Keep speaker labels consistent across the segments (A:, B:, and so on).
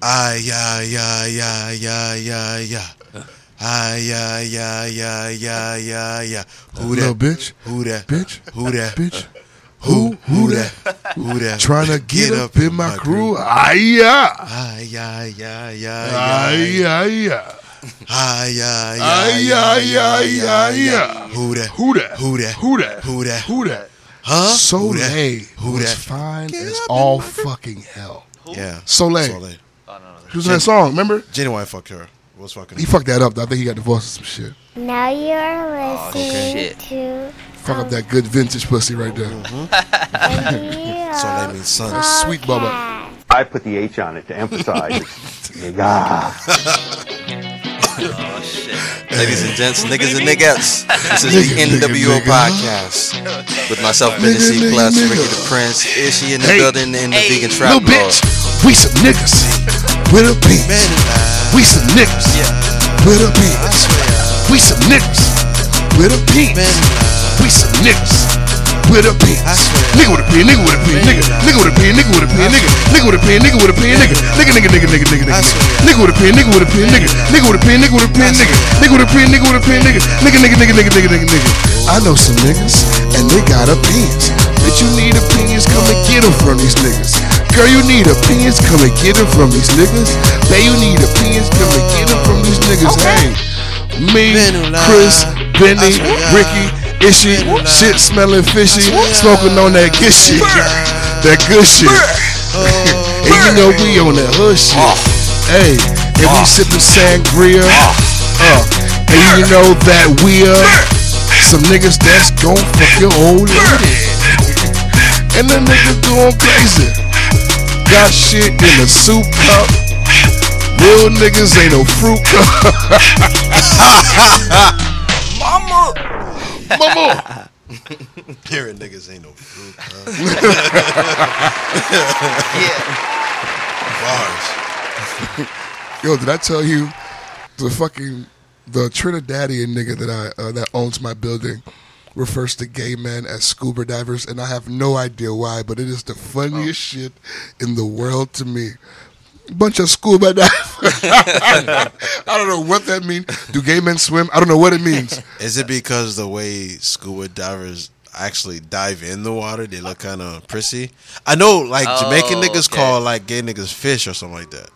A: Ay, ay, ay, ay, ay, ay, ay. Ay, ay, ay, ay, ay, ay, ay. Who
B: Little
A: that?
B: bitch,
A: Who that?
B: bitch,
A: Who that?
B: bitch.
A: Who? Who that? Who that?
B: Trying to get, up, in my crew. Ay-ya.
A: Ay, ay, ay, ay, ay.
B: Ay-ya.
A: Ay, ay, ay,
B: Ay-ya-ya-ya-ya.
A: Who that?
B: Who that?
A: Who that?
B: Who that?
A: Who that?
B: Who that?
A: Huh?
B: Soleil
A: Who
B: was
A: that?
B: fine
A: Get
B: as
A: up in
B: all
A: my crib.
B: fucking hell.
A: Yeah.
B: Soleil.
A: Soleil.
C: I don't know.
B: She was in that song, remember?
A: Jenny White fucked her. Was fucking
B: He fucked that up. though. I think he got divorced or some shit.
D: Now you're listening
C: shit.
D: to
B: Fuck up that good vintage pussy right there.
A: Soleil
D: Soleil
A: means son.
B: That's sweet bubba.
E: I put the H on it to emphasize. Nigga.
C: Oh shit.
A: Ladies and gents, niggas and niggas. This is the
B: Nigga,
A: NWO
B: nigga, nigga.
A: podcast with myself, Benny
B: Nigga,
A: C.
B: nigga,
A: Plus,
B: nigga.
A: Ricky the Prince, Ishi in the
B: Hey.
A: building, and the
C: Hey.
A: vegan trap
B: Little
A: lord.
B: bitch, we some niggas with a beat.
A: Man, uh,
B: We some niggas with a beat. We some niggas with a beat.
A: man, uh,
B: We some niggas with a pen.
A: I swear.
B: Nigga with a pen, nigga with a pen, nigga, nigga with a pen, nigga with a pen, nigga, nigga with a pen, nigga with a pen, nigga, nigga, nigga, nigga, nigga,
A: I
B: nigga,
A: swear.
B: nigga, nigga with a pen, nigga with a pen, nigga, nigga with a pen, nigga with a pen, nigga, nigga with a pen, nigga with a pen, nigga, nigga, nigga, nigga, nigga, nigga, nigga, nigga. I know some niggas and they got opinions. Bitch, you need opinions, come and get 'em from these niggas. Girl, you need opinions, come and get 'em from these niggas. Bae, you need opinions, come and get 'em from these niggas. Hey, me,
A: Benula.
B: Chris,
A: I
B: Benny,
A: swear.
B: Ricky, Ishy,
A: Benula.
B: shit smelling fishy,
A: Benula.
B: smoking on that good shit, that good shit. and you know we on that hood shit. Hey, and we sipping sangria. Uh, and you know that we are some niggas that's gon' fuck your old lady. And the niggas going crazy. Got shit in a soup cup. Real niggas ain't no fruit cup. Mama.
A: hearing niggas ain't no fruit. Huh?
C: Yeah.
A: Bars.
B: Yo, did I tell you the fucking the Trinidadian nigga that I uh, that owns my building refers to gay men as scuba divers, and I have no idea why, but it is the funniest shit in the world to me. Bunch of scuba divers. I don't know what that means. Do gay men swim? I don't know what it means.
A: Is it because the way scuba divers actually dive in the water, they look kind of prissy? I know, like Jamaican
C: Oh,
A: niggas
C: okay.
A: call like gay niggas fish or something like that.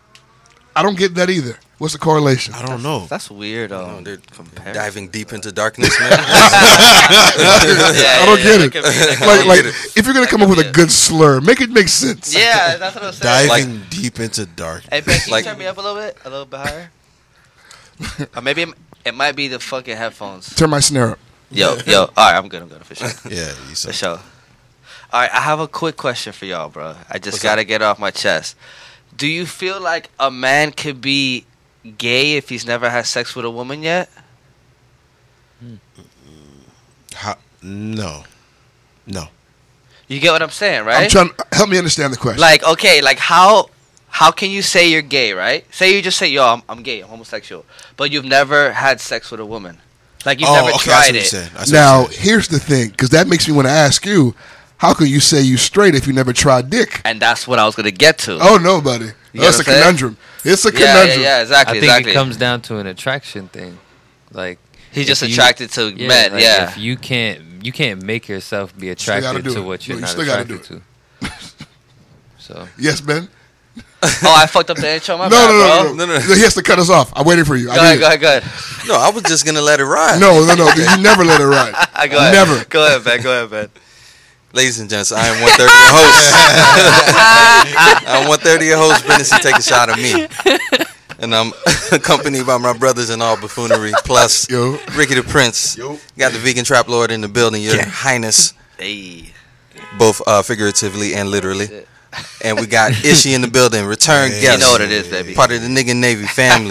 B: I don't get that either. What's the correlation?
A: I don't know.
C: That's weird. Um,
F: they're
C: compared.
F: diving deep into darkness, man.
B: I don't get it. Like, like
F: get it.
B: if you're gonna come up with a good slur, make it make sense.
C: yeah, that's what I'm saying.
A: Diving deep into dark.
C: Hey, Ben, can
F: Like-
C: you turn me up a little bit? A little bit higher? or maybe it, it might be the fucking headphones.
B: Turn my snare up.
C: Yo, yo. All right, I'm good. I'm good for sure.
A: Yeah, you
C: For
A: said.
C: sure. All right, I have a quick question for y'all, bro. I just got to get off my chest. Do you feel like a man could be gay if he's never had sex with a woman yet?
A: How, no, no.
C: You get what I'm saying, right?
B: I'm trying. Help me understand the question.
C: like okay like how how can you say you're gay right say you just say yo i'm, I'm gay i'm homosexual but you've never had sex with a woman like
B: Oh,
C: you've
F: Oh,
C: never
A: I see
C: tried
A: what you're
C: it
A: saying. I see what
B: Now,
A: you're saying.
B: here's the thing, because that makes me want to ask you, how can you say you straight if you never tried dick?
C: and that's what i was gonna get to
B: Oh no, buddy,
C: You
B: that's a
C: know what I'm saying?
B: conundrum. It's a
C: yeah, yeah
B: conundrum.
C: yeah
G: I
C: exactly
G: think
C: exactly
G: it comes down to an attraction thing. Like
C: he's
G: if
C: just
G: you-
C: attracted to
G: yeah,
C: men
G: like,
C: yeah
G: If you can't you can't make yourself be
B: Still gotta
G: attracted
B: do
G: to
B: it.
G: what
B: No,
G: you're
B: you
G: not
B: still gotta do
G: attracted to. So
B: Yes, Ben.
C: oh i fucked up the intro my
B: No,
C: bad,
B: no, no,
C: bro.
B: no, no, no, He has to cut us off. I'm waiting for you. I
C: Go ahead,
B: need
C: go ahead, go ahead.
F: no, I was just gonna let it
B: it.
F: ride.
B: No, no, no. You never let it ride.
C: I go ahead.
B: Never.
C: Go ahead, man. Go ahead, man.
F: Ladies and gents, I am 130 your host. I'm 130 your host, Bennison. Take a shot of me. And I'm accompanied by my brothers in all buffoonery, plus
B: Yo.
F: Ricky the Prince. Got the vegan trap lord in the building, your highness,
C: Hey.
F: both uh, figuratively and literally. And we got Ishi in the building, return
A: Hey.
F: guest.
C: You know what it is, baby.
F: Part of the nigga Navy family.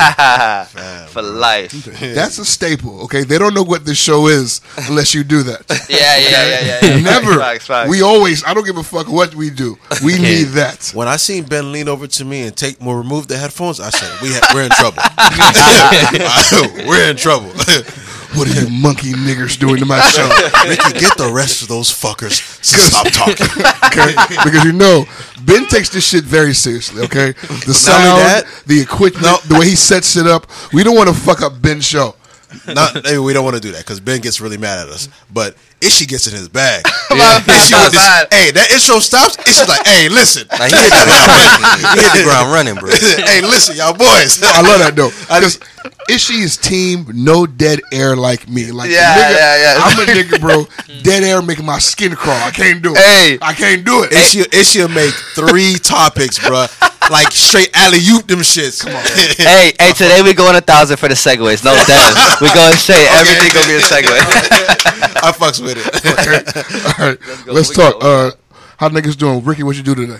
C: For life.
B: That's a staple. Okay, they don't know what this show is unless you do that.
C: Yeah, yeah, yeah, yeah. yeah.
B: Never.
C: Facts, facts.
B: We always. I don't give a fuck what we do. We need that.
A: When I seen Ben lean over to me and take well, remove the headphones, I said, "We ha- we're in trouble. we're in trouble.
B: What are you monkey niggers doing to my show?
A: Ricky, get the rest of those fuckers to stop talking.
B: Okay? Because you know, Ben takes this shit very seriously, okay? The sound,
A: that-
B: the equipment, the way he sets it up. We don't want to fuck up Ben's show.
A: Not, maybe we don't want to do that because Ben gets really mad at us. But Ishi gets in his bag.
C: Yeah.
A: Ishi with this, hey, that intro stops. Ishi's like, hey, listen,
F: Like, he hit the ground running. He hit the ground running, bro.
A: hey, listen, y'all boys.
B: I love that though. Because Ishi is team no dead air like me. Like
C: Yeah,
B: nigga,
C: yeah, yeah.
B: I'm a nigga, bro. Dead air making my skin crawl. I can't do it.
C: Hey.
B: I can't do it.
A: Ishi, Ishi'll make three topics, bruh. Like straight alley oop them shits. Come on.
C: hey, hey, today we going a thousand for the segues. No, Devin. we going straight. Everything gonna be a segue.
A: I fucks with it.
B: All right, let's,
C: go, we
B: talk.
C: go.
B: Uh, how niggas doing, Ricky? What you do today?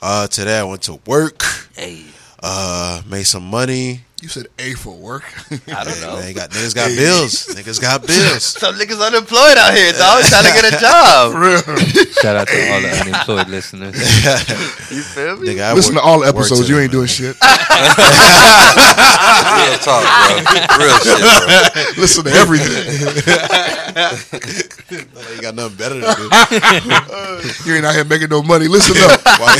A: Uh, today I went to work.
C: hey,
A: Uh, made some money.
B: You said A for work.
C: I don't know.
A: Man, got niggas got bills. Niggas got bills.
C: Some niggas unemployed out here, dog. Trying to get a job.
G: Shout out to all the unemployed listeners.
C: You feel me?
A: Nigga, I
B: Listen to
A: work-
B: all
A: work
B: episodes. You
A: today,
B: ain't
A: man.
B: doing shit.
F: Real talk, bro. Real shit, bro.
B: Listen to everything.
A: You got nothing better to do.
B: You ain't out here making no money. Listen up.
A: why,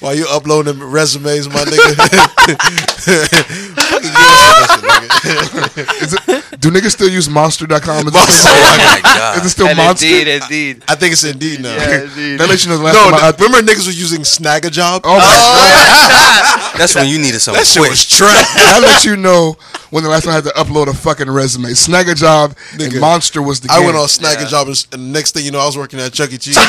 A: why you uploading them resumes, my nigga? Fucking give us some of that shit, nigga.
B: Is it, do niggas still use Monster.com? Is, it
A: Monster.
B: still,
F: Oh my
B: is it
F: god.
B: still
C: and
B: Monster?
C: indeed, indeed.
A: I think it's indeed now.
C: Yeah, indeed.
B: That lets you know the last
A: No,
B: time I,
A: no, remember niggas was using Snag a Job?
B: Oh my god.
F: That's when you needed something
A: that shit
F: quick.
A: was trash.
B: That lets you know when the last time I had to upload a fucking resume. Snag a job and
A: Nigga.
B: Monster was the
A: I
B: game.
A: went on Snag a Job, and, s- and next thing you know, I was working at Chuck E. Cheese.
B: They,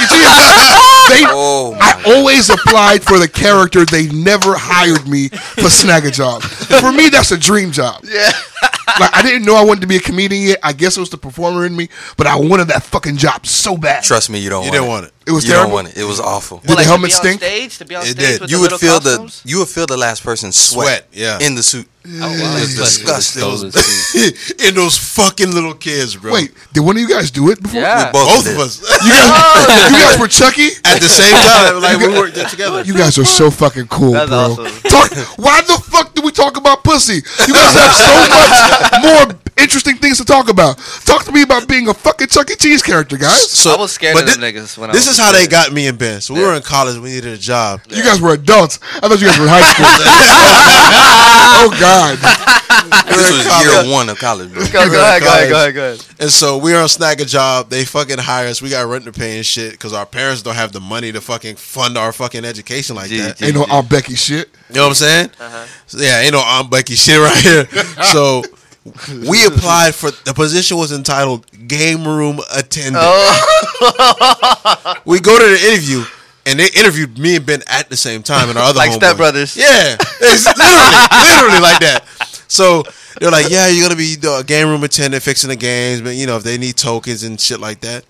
F: Oh my
B: I always applied for the character. They never hired me for snag a job. For me, that's a dream job.
C: Yeah.
B: Like I didn't know I wanted to be a comedian yet. I guess it was the performer in me, but I wanted that fucking job so bad.
F: Trust me, you don't
A: You
F: want
A: didn't
F: it.
A: want it.
B: It was
F: you
B: terrible.
F: don't want it. It was awful.
B: Did the
C: to be
B: helmet
C: on
B: stink?
C: Stage, to be on
A: It
C: stage
A: did.
C: With
F: You
C: the
F: would
C: little
F: feel
C: costumes?
F: the you would feel the last person sweat,
A: Sweat, yeah.
F: in the suit.
G: Oh, wow.
F: was disgusting.
A: and those fucking little kids, bro.
B: Wait, did one of you guys do it before?
F: We
C: Yeah.
F: both,
A: both
F: did.
A: of us
B: You guys, you guys were Chucky.
A: at the same time. Like we worked there together.
B: You guys are so fucking cool,
C: That's
B: bro.
C: awesome.
B: Talk, why the fuck do we talk about pussy? You guys have so much more interesting things to talk about. Talk to me about being a fucking Chuck E. Cheese character, guys.
A: So,
C: I was scared
A: but
C: of them
A: thi-
C: niggas when I
A: This
C: was
A: is how they
C: kid.
A: got me and Ben. So we
C: Yeah.
A: were in college. We needed a job.
B: You guys were adults. I thought you guys were in high school. oh God,
F: This was year one of college, bro.
C: Go, go ahead,
A: guys.
C: go ahead, go ahead, go ahead.
A: And so we were on snag a job. They fucking hire us. We got rent to pay and shit because our parents don't have the money to fucking fund our fucking education like that.
B: ain't no Aunt Becky shit.
A: You know what I'm saying? So, yeah, ain't no Aunt Becky shit right here. so we applied for the position was entitled game room attendant. we go to the interview. And they interviewed me and Ben at the same time, and our other
C: Like Step
A: homeboy.
C: Brothers.
A: Yeah, it's literally, literally like that. So they're like, "Yeah, you're gonna be the game room attendant, fixing the games, but you know if they need tokens and shit like that."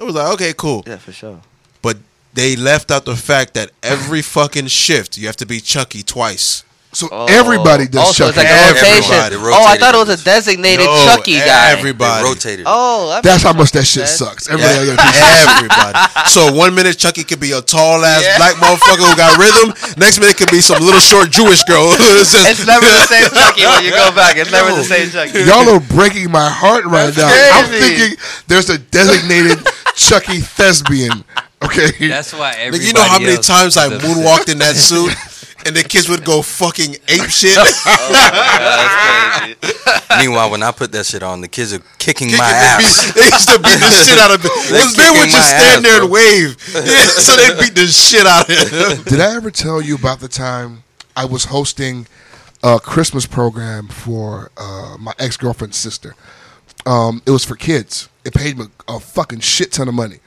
A: I was like, "Okay, cool."
C: Yeah, for sure.
A: But they left out the fact that every fucking shift you have to be Chucky twice.
B: So everybody does
C: Oh.
B: E.
C: also,
B: Chucky.
C: It's like a rotation.
F: Everybody
C: Oh, I
F: rotated
C: thought it was a
F: this.
C: designated
A: No,
C: Chucky guy.
A: Everybody.
F: They rotated.
C: Oh, that
B: That's how
C: makes
B: much that shit
C: sense.
B: sucks.
A: Yeah,
B: Everybody, got a piece.
A: everybody. So one minute Chucky could be a tall ass black motherfucker who got rhythm. Next minute could be some little short Jewish girl. it's just-
C: It's never the same Chucky when you go back. It's never the same Chucky.
B: Y'all are breaking my heart right now. I'm thinking
C: crazy.
B: there's a designated Chucky thespian. Okay,
G: That's why everybody.
A: Nigga, you know how many
G: else
A: times I
G: does it.
A: moonwalked in that suit, and the kids would go fucking ape shit.
C: That's crazy.
F: Meanwhile, when I put that shit on, the kids are kicking
A: They
F: my ass.
A: beat- they used to beat the shit out of me.
F: They
A: Because Ben would
F: kicking
A: just
F: my
A: stand
F: ass,
A: there and
F: bro.
A: wave. Yeah, so they beat the shit out of him.
B: Did I ever tell you about the time I was hosting a Christmas program for uh, my ex girlfriend's sister? Um, it was for kids. It paid me a fucking shit ton of money.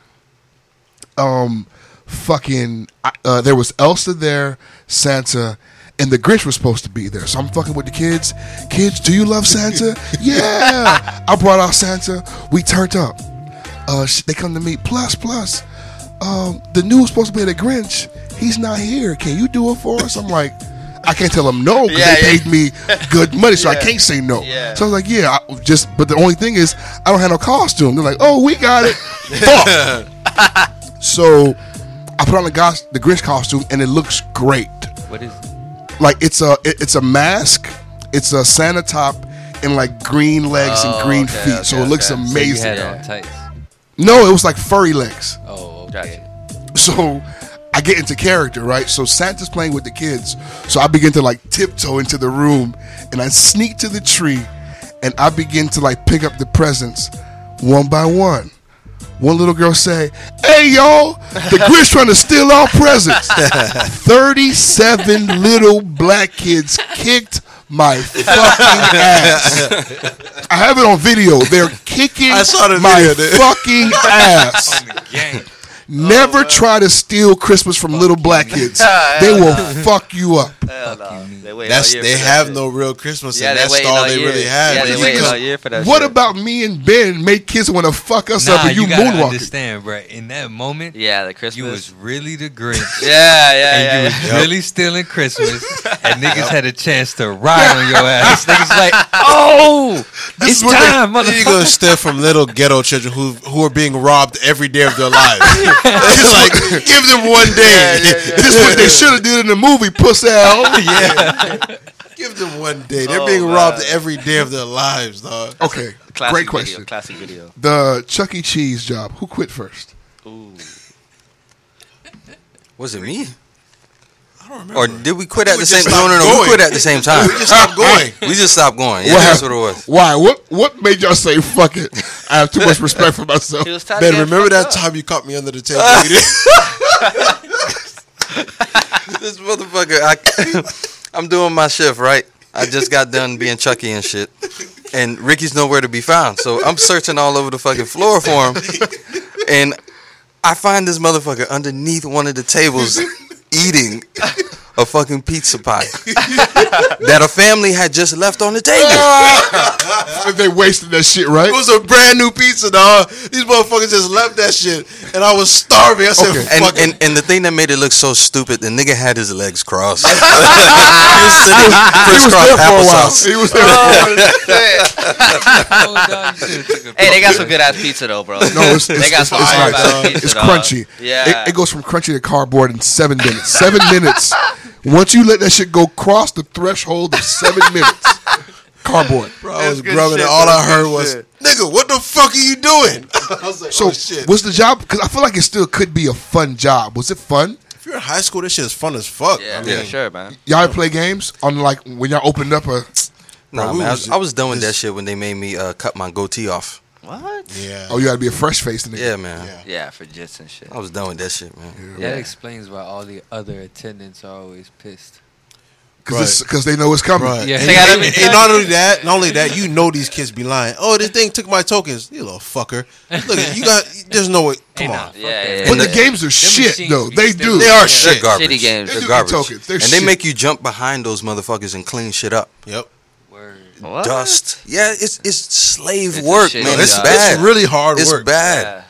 B: Um, fucking, I- uh, there was Elsa there, Santa, and the Grinch was supposed to be there. So I'm fucking with the kids. Kids, do you love Santa? yeah. I brought out Santa. We turned up. Uh, sh- they come to me. Plus, plus, um, the new was supposed to be the Grinch. He's not here. Can you do it for us? I'm like, I can't tell them no because
C: Yeah,
B: they
C: yeah.
B: paid me good money, so I can't say no.
C: Yeah.
B: So I was like, yeah, I just. But the only thing is, I don't have no costume. They're like, oh, we got it. Fuck. so I put on the, gos- the Grinch costume, and it looks great
G: What is?
B: like it's a it- it's a mask, it's a Santa top, and like green legs
C: Oh,
B: and green
C: okay,
B: feet,
C: okay,
B: so it looks
C: okay.
G: So you
B: amazing.
G: had on tights.
B: no, it was like furry legs.
G: Oh, okay.
C: Gotcha.
B: So I get into character, right? So Santa's playing with the kids. So I begin to like tiptoe into the room and I sneak to the tree and I begin to like pick up the presents one by one. One little girl say, "Hey y'all, the Grinch trying to steal our presents." Thirty-seven little black kids kicked my fucking ass. I have it on video. They're kicking
A: I saw the
B: my
A: video, dude.
B: fucking ass. Never try to steal Christmas from little black kids. they will fuck you up.
C: Hell no. They wait
A: That's
C: all year
A: they
C: for that
A: have
C: shit.
A: no real Christmas,
C: Yeah,
A: and
C: they
A: that's
C: waiting
A: all
C: all
A: they
C: year.
A: really have.
C: Yeah, they
A: Because-
C: waiting all year for that.
B: What
C: shit.
B: about me and Ben make kids want to fuck us up
G: Nah,
B: and you,
G: you, gotta
B: moonwalking?
G: understand, bro. In that moment,
C: Yeah, the Christmas.
G: you was really the Grinch.
C: yeah, yeah, yeah.
G: And you
C: yeah.
G: was really stealing Christmas, and niggas had a chance to ride on your ass. niggas like, oh,
B: This is
G: it's
B: what they-
G: time,
A: Then you gonna
G: motherfucker.
A: steal from little ghetto children who who are being robbed every day of their lives. It's like give them one day.
B: This is what they should have did in the movie, puss out.
A: Give them one day. They're
C: Oh,
A: being
C: man.
A: robbed every day of their lives, dog.
B: Okay, great
C: Classic video,
B: question.
C: Classic video.
B: The Chuck E. Cheese job. Who quit first?
C: Ooh.
F: Was it me? Or did we quit
A: We
F: at the
A: just
F: same?
A: stopped
F: No, no, no.
A: going.
F: We quit at the same time.
A: We just stopped going.
F: We just stopped going. Yeah,
B: What
F: that's what it
B: happened?
F: was.
B: Why? What? What made y'all say fuck it? I have too much respect for myself.
C: He was tired
A: Ben,
C: of getting
A: remember that
C: fucked up.
A: time you caught me under the table? You didn't-
F: This motherfucker. I, I'm doing my shift right. I just got done being Chucky and shit, and Ricky's nowhere to be found. So I'm searching all over the fucking floor for him, and I find this motherfucker underneath one of the tables eating a fucking pizza pie that a family had just left on the table.
B: they wasted that shit, right?
A: It was a brand new pizza, dog. These motherfuckers just left that shit, and I was starving. I said,
B: Okay.
A: "Fuck
F: And,
A: it."
F: and and the thing that made it look so stupid, the nigga had his legs crossed. he was sitting
B: He was
F: crisscross
B: there for a while.
F: applesauce.
B: He was there. For a while.
G: Oh, dog, you should've took a
C: Hey, they got some good ass pizza though, bro.
B: No, it's, it's,
C: they got
B: it's,
C: some
B: it's
C: hard
B: nice.
C: ass pizza.
B: It's
C: dog.
B: crunchy.
C: Yeah.
B: It, it goes from crunchy to cardboard in seven minutes. Seven minutes. Once you let that shit go cross the threshold of seven minutes, cardboard.
A: Bro, oh, I was
C: good
A: grubbing,
C: shit,
A: and all
C: though.
A: I heard was,
C: Good
A: "Nigga, what the fuck are you doing?" I was like,
B: So,
A: "Oh shit."
B: was the job? Because I feel like it still could be a fun job. Was it fun?
A: if you're in high school, this shit is fun as fuck.
C: Yeah,
A: I
C: yeah,
A: mean,
C: sure, man.
B: Y'all ever play games on like when y'all opened up a.
F: Nah,
A: Bro, we
F: man, I
A: was
F: was, I was done with that
A: just-
F: shit when they made me uh, cut my goatee off.
C: What?
A: yeah.
B: Oh, you gotta be a fresh face in
F: Yeah, man.
A: Yeah.
C: Yeah, for jits and shit.
F: I was done with that shit, man.
G: That explains why all the other attendants are always pissed.
B: Because they know it's coming.
A: Right.
G: Yeah.
A: And,
G: They got
A: and-
G: it.
A: and not only that, not only that, you know these kids be lying. Oh, this thing took my tokens. You little fucker. Look, you got. There's no way. Come on.
C: Yeah, yeah, yeah.
B: But
F: And
B: the,
F: the-
B: games are shit,
G: machines
B: though.
G: be
B: They
G: still-
B: do.
A: They are
G: Yeah.
A: shit.
F: They're garbage.
C: Shitty games.
F: They're
B: They're
F: garbage.
B: tokens. They're
F: and they
B: shit.
F: make you jump behind those motherfuckers and clean shit up.
A: Yep.
G: Word.
C: What?
F: Dust. Yeah, it's it's slave
C: It's a
F: work,
C: shitty
F: man.
C: job.
F: It's
A: It's,
F: bad.
A: it's really hard
F: It's
A: work.
F: bad.
C: Yeah.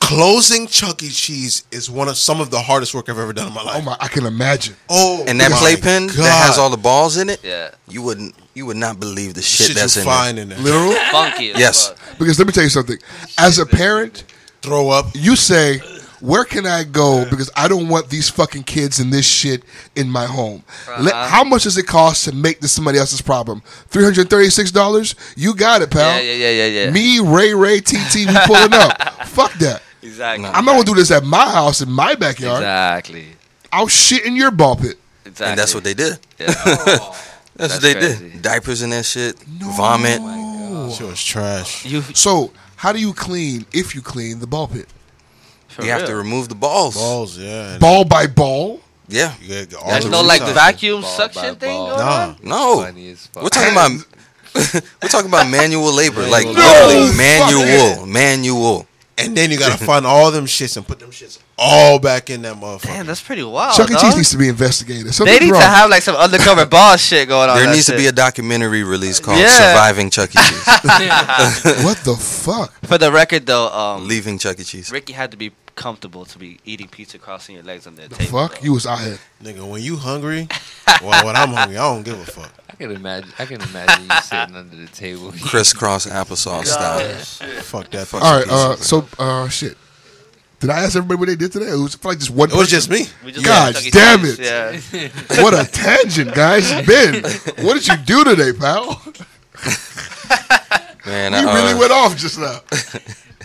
A: Closing Chuck E. Cheese is one of some of the hardest work I've ever done in my life.
B: Oh, my. I can imagine.
A: Oh,
F: And that
A: my
F: playpen
A: God.
F: that has all the balls in it,
C: Yeah.
F: you wouldn't you would not believe the shit,
A: shit,
F: that's
A: you
F: in
A: find in there.
B: Literal?
C: Funky. As
F: Yes.
C: Fuck.
B: Because let me tell you something. As a parent,
A: Throw up.
B: you say, where can I go? Because I don't want these fucking kids and this shit in my home. Let,
C: Uh-huh.
B: how much does it cost to make this somebody else's problem? Three hundred thirty-six dollars. You got it,
C: Yeah,
B: pal.
C: yeah, yeah, yeah, yeah.
B: Me, Ray, Ray, TT, we pulling up. Fuck that.
C: Exactly.
F: No.
B: I'm not gonna do this at my house in my backyard.
C: Exactly.
B: I'll shit in your ball pit.
F: it.
C: Exactly.
F: And that's what they did.
C: Yeah.
F: That's, what
C: That's
F: they
C: crazy. Oh
F: did. Diapers and that shit. Vomit.
A: Shit was trash.
C: you
B: So, how do you clean if you clean the ball pit?
C: for
F: you have to
C: real.
F: remove the balls.
A: Balls, yeah. and
B: Ball by ball.
F: Yeah.
A: you gotta get all
C: There's
A: the
C: no like
A: recycling.
C: vacuum
G: Ball
C: suction
G: by
C: thing
G: ball.
C: going
A: Nah.
C: on.
F: No.
G: Funny as fuck.
F: We're talking about we're talking about manual labor, like
A: No,
F: literally
B: fuck
F: manual, manual.
A: And then you gotta find all them shits and put them shits all back in that motherfucker.
C: Damn, that's pretty wild.
B: Chuck E.
C: dog.
B: Cheese needs to be investigated.
C: Oh, They
B: Something's
C: need
B: wrong.
C: to have like some undercover boss shit going on.
F: There
C: that
F: needs to
C: shit.
F: be a documentary release called
C: Yeah.
F: "Surviving Chuck E. Cheese,"
B: what the fuck?
C: For the record, though, um,
F: leaving Chuck E. Cheese.
C: Ricky had to be comfortable to be eating pizza crossing your legs on their
B: The
C: table.
B: fuck?
C: bro.
B: You was out here.
A: Nigga, when you hungry, well, when I'm hungry, I don't give a fuck.
G: I can imagine. I can imagine you sitting under the table.
F: Crisscross applesauce style.
A: Fuck that. Fuck
B: All right,
A: that
B: uh,
A: piece.
B: so uh, shit. Did I ask everybody what they did today? It was like just one.
A: it was
B: person.
A: just me.
C: We just
B: God
C: got Chuck E.
B: damn
C: Cheese,
B: it.
C: Yeah.
B: what a tangent, guys. Ben, what did you do today, pal?
F: Man,
B: we
F: I,
B: really
F: uh,
B: went off just now.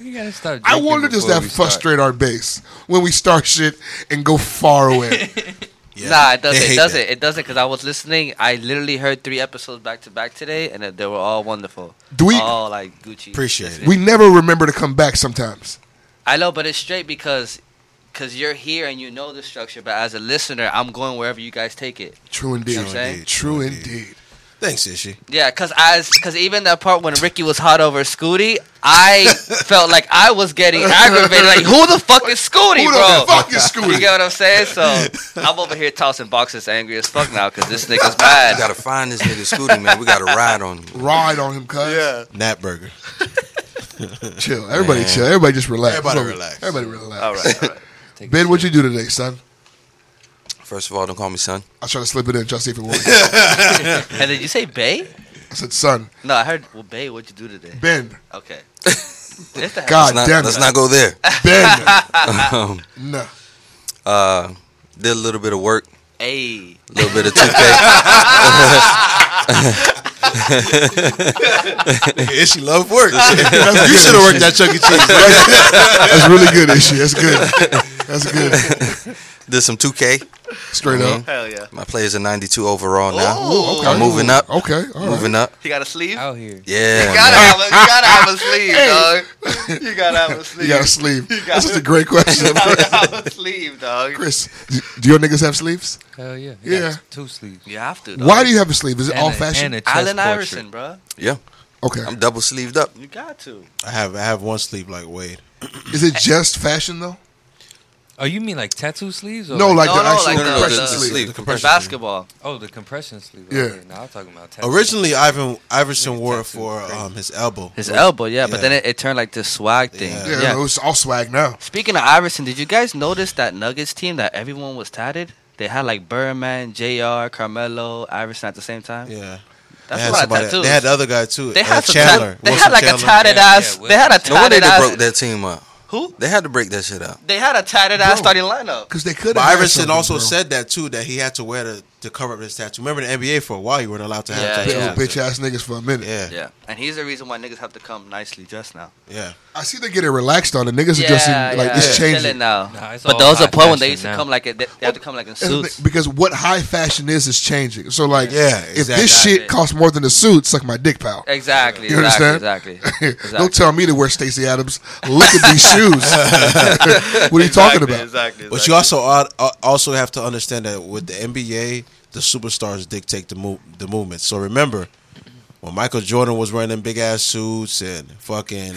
G: You gotta start.
B: I
G: drinking
B: wonder does
G: before
B: that
G: we start.
B: frustrate our base when we start shit and go far away?
H: Yeah,
C: Nah, it
H: they
C: doesn't. It
H: hate
C: doesn't.
H: that.
C: It doesn't. Because I was listening. I literally heard three episodes back to back today, and they were all wonderful.
B: Do we-
C: all like Gucci?
H: Appreciate it.
B: we never remember to come back sometimes.
C: I know, but it's straight because because you're here and you know the structure. But as a listener, I'm going wherever you guys take it.
B: True indeed.
C: You know what I'm saying?
B: True indeed.
H: Thanks, Ishi.
C: Yeah, because as because even that part when Ricky was hot over Scooty, I felt like I was getting aggravated. Like who the fuck is Scooty,
B: Who
C: bro?
B: the fuck is Scooty?
C: You get what I'm saying? So I'm over here tossing boxes, angry as fuck now because this nigga's
F: we gotta
C: mad.
F: find this nigga Scooty, man. We gotta ride on him.
B: Ride on him, cuz.
H: Nat Burger.
B: Chill. Everybody chill. Everybody just relax.
H: Everybody
B: Look,
H: relax.
B: Everybody relax.
C: All right, all right.
B: Ben, what you do today, son?
F: First of all, don't call me son.
B: I try to slip it in, try to see if it works.
C: And did you say Bay?
B: I said, son,
C: No, I heard. Well, Bay, what'd you do today?
B: Ben,
C: Okay. It's the-
B: God Ah,
F: Let's
B: damn
F: not,
B: it.
F: let's not go there.
B: Ben.
F: Um,
B: no.
F: uh, did a little bit of work,
C: Hey,
F: a little bit of toothpaste.
H: Ishi love work. you should have worked that Chuck E. Cheese.
B: That's really good, issue. That's good. That's good.
F: did some 2K.
B: Straight up.
C: hell yeah!
F: My players are 92 overall now.
C: Oh,
B: okay.
F: I'm moving up.
B: Okay. All right.
F: Moving up.
C: You got a sleeve?
G: out here?
F: Yeah.
C: You gotta
F: man.
C: have a, you gotta have a sleeve, dog. You gotta have a
B: You
C: sleeve.
B: got a sleeve.
C: got
B: That's just a great question.
C: You gotta have a sleeve, dog.
B: Chris, do- do your niggas have sleeves?
G: Hell yeah. I
B: Yeah.
G: got Two sleeves.
C: You have to. Dog.
B: Why do you have a sleeve? Is it
G: And
B: all
G: a- and
B: fashioned?
G: a chest
C: Allen
G: portrait.
C: Iverson, bro.
F: Yeah.
B: Okay.
F: I'm double sleeved up.
C: You got to.
H: I have I have one sleep like Wade.
B: Is it just fashion though?
G: Oh, you mean like tattoo sleeves? Or
B: No, like
C: No,
B: the
C: no,
B: actual
C: like the-
F: No, no,
B: compression
F: the, the
C: the-
B: sleeve.
F: sleeve. The
C: For
F: compression.
C: basketball.
G: oh, the compression sleeve.
B: Yeah.
G: Okay, now I'm talking about tattoo.
H: Originally, Ivan Iverson wore it
G: tattoo.
H: for um, his elbow.
C: His elbow, yeah,
H: Yeah.
C: but then it, it turned like this swag thing.
H: Yeah.
B: Yeah,
C: Yeah.
B: no, it's all swag now.
C: Speaking of Iverson, did you guys notice that Nuggets team that everyone was tatted? They had like Birdman, JR, Carmelo, Iverson at the same time.
H: Yeah,
C: That's
H: they had
C: a lot
H: somebody-
C: of tattoos.
H: They had the other guy too.
C: They
H: uh,
C: had some
H: Chandler.
C: tat- they
H: Wilson
C: had like
H: Chandler.
C: a tatted
G: Yeah,
C: ass.
G: yeah,
C: they had a
F: No wonder
C: tatted
F: they
C: ass.
F: broke that team up.
C: Who?
F: They had to break that shit up.
C: They had a tatted ass
B: Bro.
C: starting lineup.
B: Because they could
H: But
B: have.
H: Iverson also said that too that he had to wear the to cover up his tattoo. Remember in the NBA for a while you weren't allowed to have
C: Yeah,
H: tattoos.
C: yeah.
B: bitch ass niggas for a minute.
H: Yeah, yeah,
C: Yeah, and he's the reason why niggas have to come nicely dressed now.
B: I see they getting relaxed on it. Niggas are just in, like it's
C: chilling
B: changing.
C: now.
G: Nah, it's
C: but
G: all
C: there was a
G: high
C: point when they
G: fashion
C: used to
G: now.
C: come like it. They, they had to come like in
B: That's the
C: suits.
B: thing, Because what high fashion is is changing. So like,
H: Yeah,
B: if
H: exactly.
B: this shit costs more than a suit, suck my dick, pal.
C: Exactly.
B: You
C: exactly.
B: understand?
C: Exactly.
B: Don't tell me to wear Stacey Adams. Look at these shoes. what are you talking about?
C: Exactly.
H: But you also al- al- also have to understand that with the NBA, the superstars dictate the move the movement. So remember. When Michael Jordan was wearing them big ass suits and fucking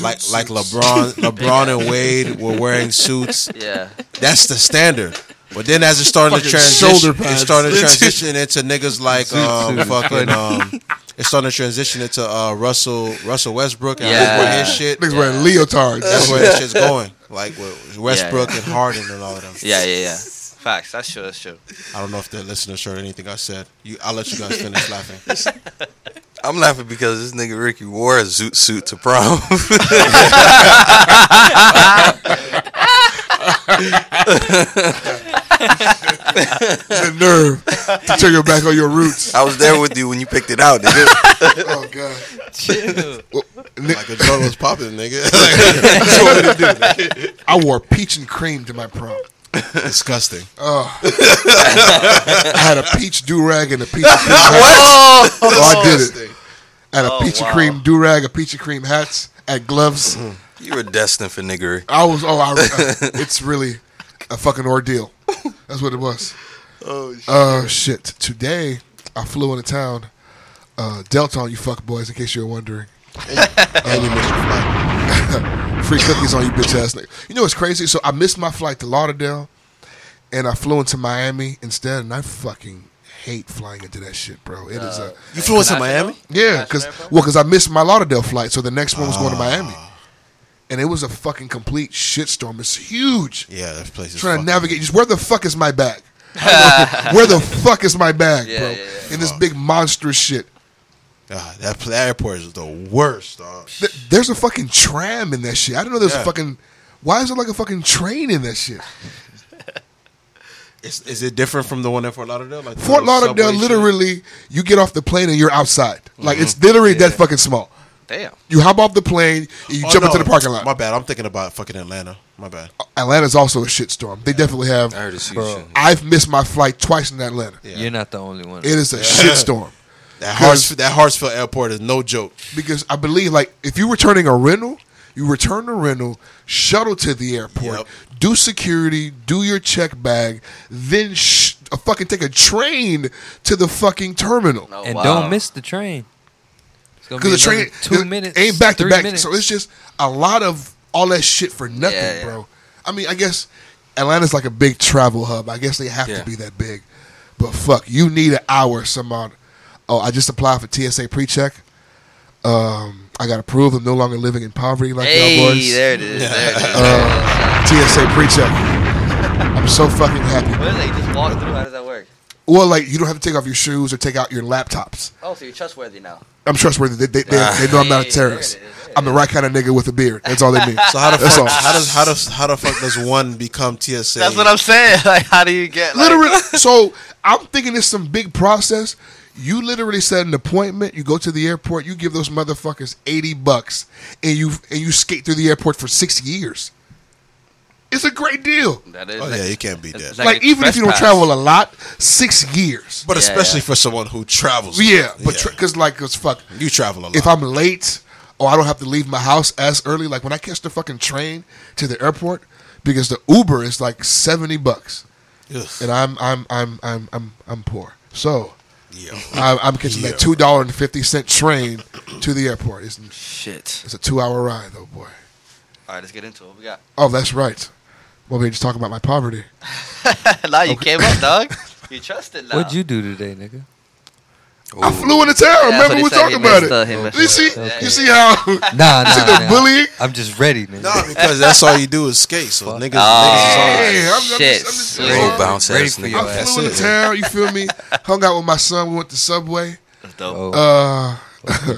H: like like LeBron LeBron and Wade were wearing suits,
C: Yeah.
H: That's the standard. But then as it started to
B: Fucking
H: transition,
B: shoulder
H: it
B: pads.
H: started to transition into niggas like um, fucking. Um, it started to transition into uh, Russell Russell Westbrook and
C: Yeah.
H: where his shit.
B: Niggas wearing leotards.
H: That's where that shit's going. Like with Westbrook
C: Yeah,
H: and Harden and all of them.
C: Yeah. Yeah. Yeah. Facts. That's true. That's true.
H: I don't know if the listeners heard anything I said. You, I'll let you guys finish laughing.
F: I'm laughing because this nigga Ricky wore a zoot suit to prom.
B: the nerve to turn your back on your roots.
F: I was there with you when you picked it out, nigga.
B: Oh god.
H: Michael Jordan was popping, nigga.
B: I wore peach and cream to my prom. Oh.
H: disgusting.
B: I had a peach do rag and a peach and cream hat.
C: Oh.
B: Oh, I did it. I had a
C: Oh,
B: peach and
C: wow.
B: cream do rag, a peach and cream hats, at gloves.
F: You were destined for niggery.
B: I was oh, I, it's really a fucking ordeal. That's what it was. Oh shit. Uh, shit. Today I flew into town. Uh, Delta on you fuck boys, in case you were wondering.
H: Any minute flight.
B: Free cookies on you bitch ass nigga. You know what's crazy? So I missed my flight to Lauderdale and I flew into Miami instead and I fucking hate flying into that shit, bro. It is a
H: You flew into Miami?
B: Yeah, cuz well cuz I missed my Lauderdale flight, so the next one was going to Miami.
H: Ah.
B: And it was a fucking complete shitstorm. It's huge.
H: Yeah, that place is
B: Trying to
H: fucking-
B: navigate just where the fuck is my bag? where the fuck is my bag,
C: Yeah,
B: bro?
C: yeah, yeah.
B: In this big monstrous shit.
H: Ah, that pl- airport is the worst, dog.
B: Th- there's a fucking tram in that shit. I don't know. There's
H: Yeah.
B: a fucking. Why is there like a fucking train in that shit?
H: Is, is it different from the one in Fort Lauderdale? Like the
B: Fort
H: little
B: Lauderdale,
H: subway shit?
B: literally, you get off the plane and you're outside. Like it's literally that fucking small.
C: Damn.
B: You hop off the plane and you
H: Oh,
B: jump
H: no.
B: into the parking lot. Uh,
H: My bad. I'm thinking about fucking Atlanta. My bad.
B: Atlanta's also a shitstorm. They definitely have.
F: I heard it's huge.
B: Bro, I've missed my flight twice in Atlanta.
G: You're not the only one.
B: It is a shitstorm
H: That Harts that Hartsfield Airport is no joke.
B: because I believe like if you're returning a rental, you return the rental, shuttle to the airport,
H: Yep.
B: do security, do your check bag, then sh- uh, fucking take a train to the fucking terminal.
C: No,
G: and
C: Oh, wow.
G: don't miss the train. It's gonna
B: Because
G: be
B: the train
G: another two
B: it
G: minutes,
B: ain't back to
G: three
B: back.
G: minutes.
B: So it's just a lot of all that shit for nothing,
C: Yeah, yeah.
B: bro. I mean, I guess Atlanta's like a big travel hub. I guess they have
F: Yeah.
B: to be that big. But fuck, you need an hour some amount. Oh, I just applied for TSA pre check. Um, I got approved. I'm no longer living in poverty like y'all
C: Hey,
B: boys.
C: there it is. There it is.
B: TSA pre check. I'm so fucking happy.
C: What is it? You just walk through. How does that work?
B: Well, like you don't have to take off your shoes or take out your laptops.
C: Oh, so you're trustworthy now.
B: I'm trustworthy. They, they,
H: Ah.
B: they, they know I'm not a
C: Hey,
B: terrorist.
C: there it is, there it
B: I'm the right kind of nigga with a beard. That's all they need.
H: So how the
B: That's
H: fuck,
B: all.
H: how does how does how the fuck does one become TSA?
C: That's what I'm saying. Like, how do you get like,
B: literally. so I'm thinking it's some big process. You literally set an appointment. You go to the airport. You give those motherfuckers eighty bucks, and you and you skate through the airport for six years. It's a great deal.
C: That is.
H: Oh
C: like-
H: yeah, you can't beat that.
C: it's
B: Like, even if
C: express
B: you don't
C: pass.
B: travel a lot, six years.
H: But
C: Yeah,
H: especially
C: yeah.
H: for someone who travels.
B: Yeah, but because like, cause fuck,
H: you travel a lot.
B: if I'm late or I don't have to leave my house as early, like when I catch the fucking train to the airport, because the Uber is like seventy bucks,
H: Ugh.
B: and I'm I'm I'm I'm I'm I'm poor, so
H: yeah.
B: I'm, I'm catching
H: Yeah.
B: that two dollar and fifty cent train to the airport. It's,
C: Shit.
B: it's a two hour ride though, boy.
C: All right, let's get into it. What we got?
B: Oh, that's right. Well, we just talking about my poverty.
C: now you came up, dog. You trusted now.
G: What'd you do today, nigga?
B: I flew in the town.
C: Yeah, that's
B: Remember we were
C: what he
B: talking
C: said.
B: about
C: He
B: it.
C: messed up.
B: You
C: He messed
B: see,
C: up. Yeah,
B: you
C: yeah.
B: see how
G: Nah, nah,
B: see the
G: nah.
B: bullying?
G: I'm just ready, nigga.
H: No, because that's all you do is skate. So niggas, niggas is all
C: Oh,
B: Hey, I'm- I'm just- I'm
C: shit.
B: just-
C: sweet.
B: Roll
F: Old bounce
G: Ready
F: ass
G: for
F: nigga.
G: your
B: I
G: ass.
B: flew in the town. You feel me? Hung out with my son. We went to Subway.
C: That's dope.
G: Oh,
B: Uh,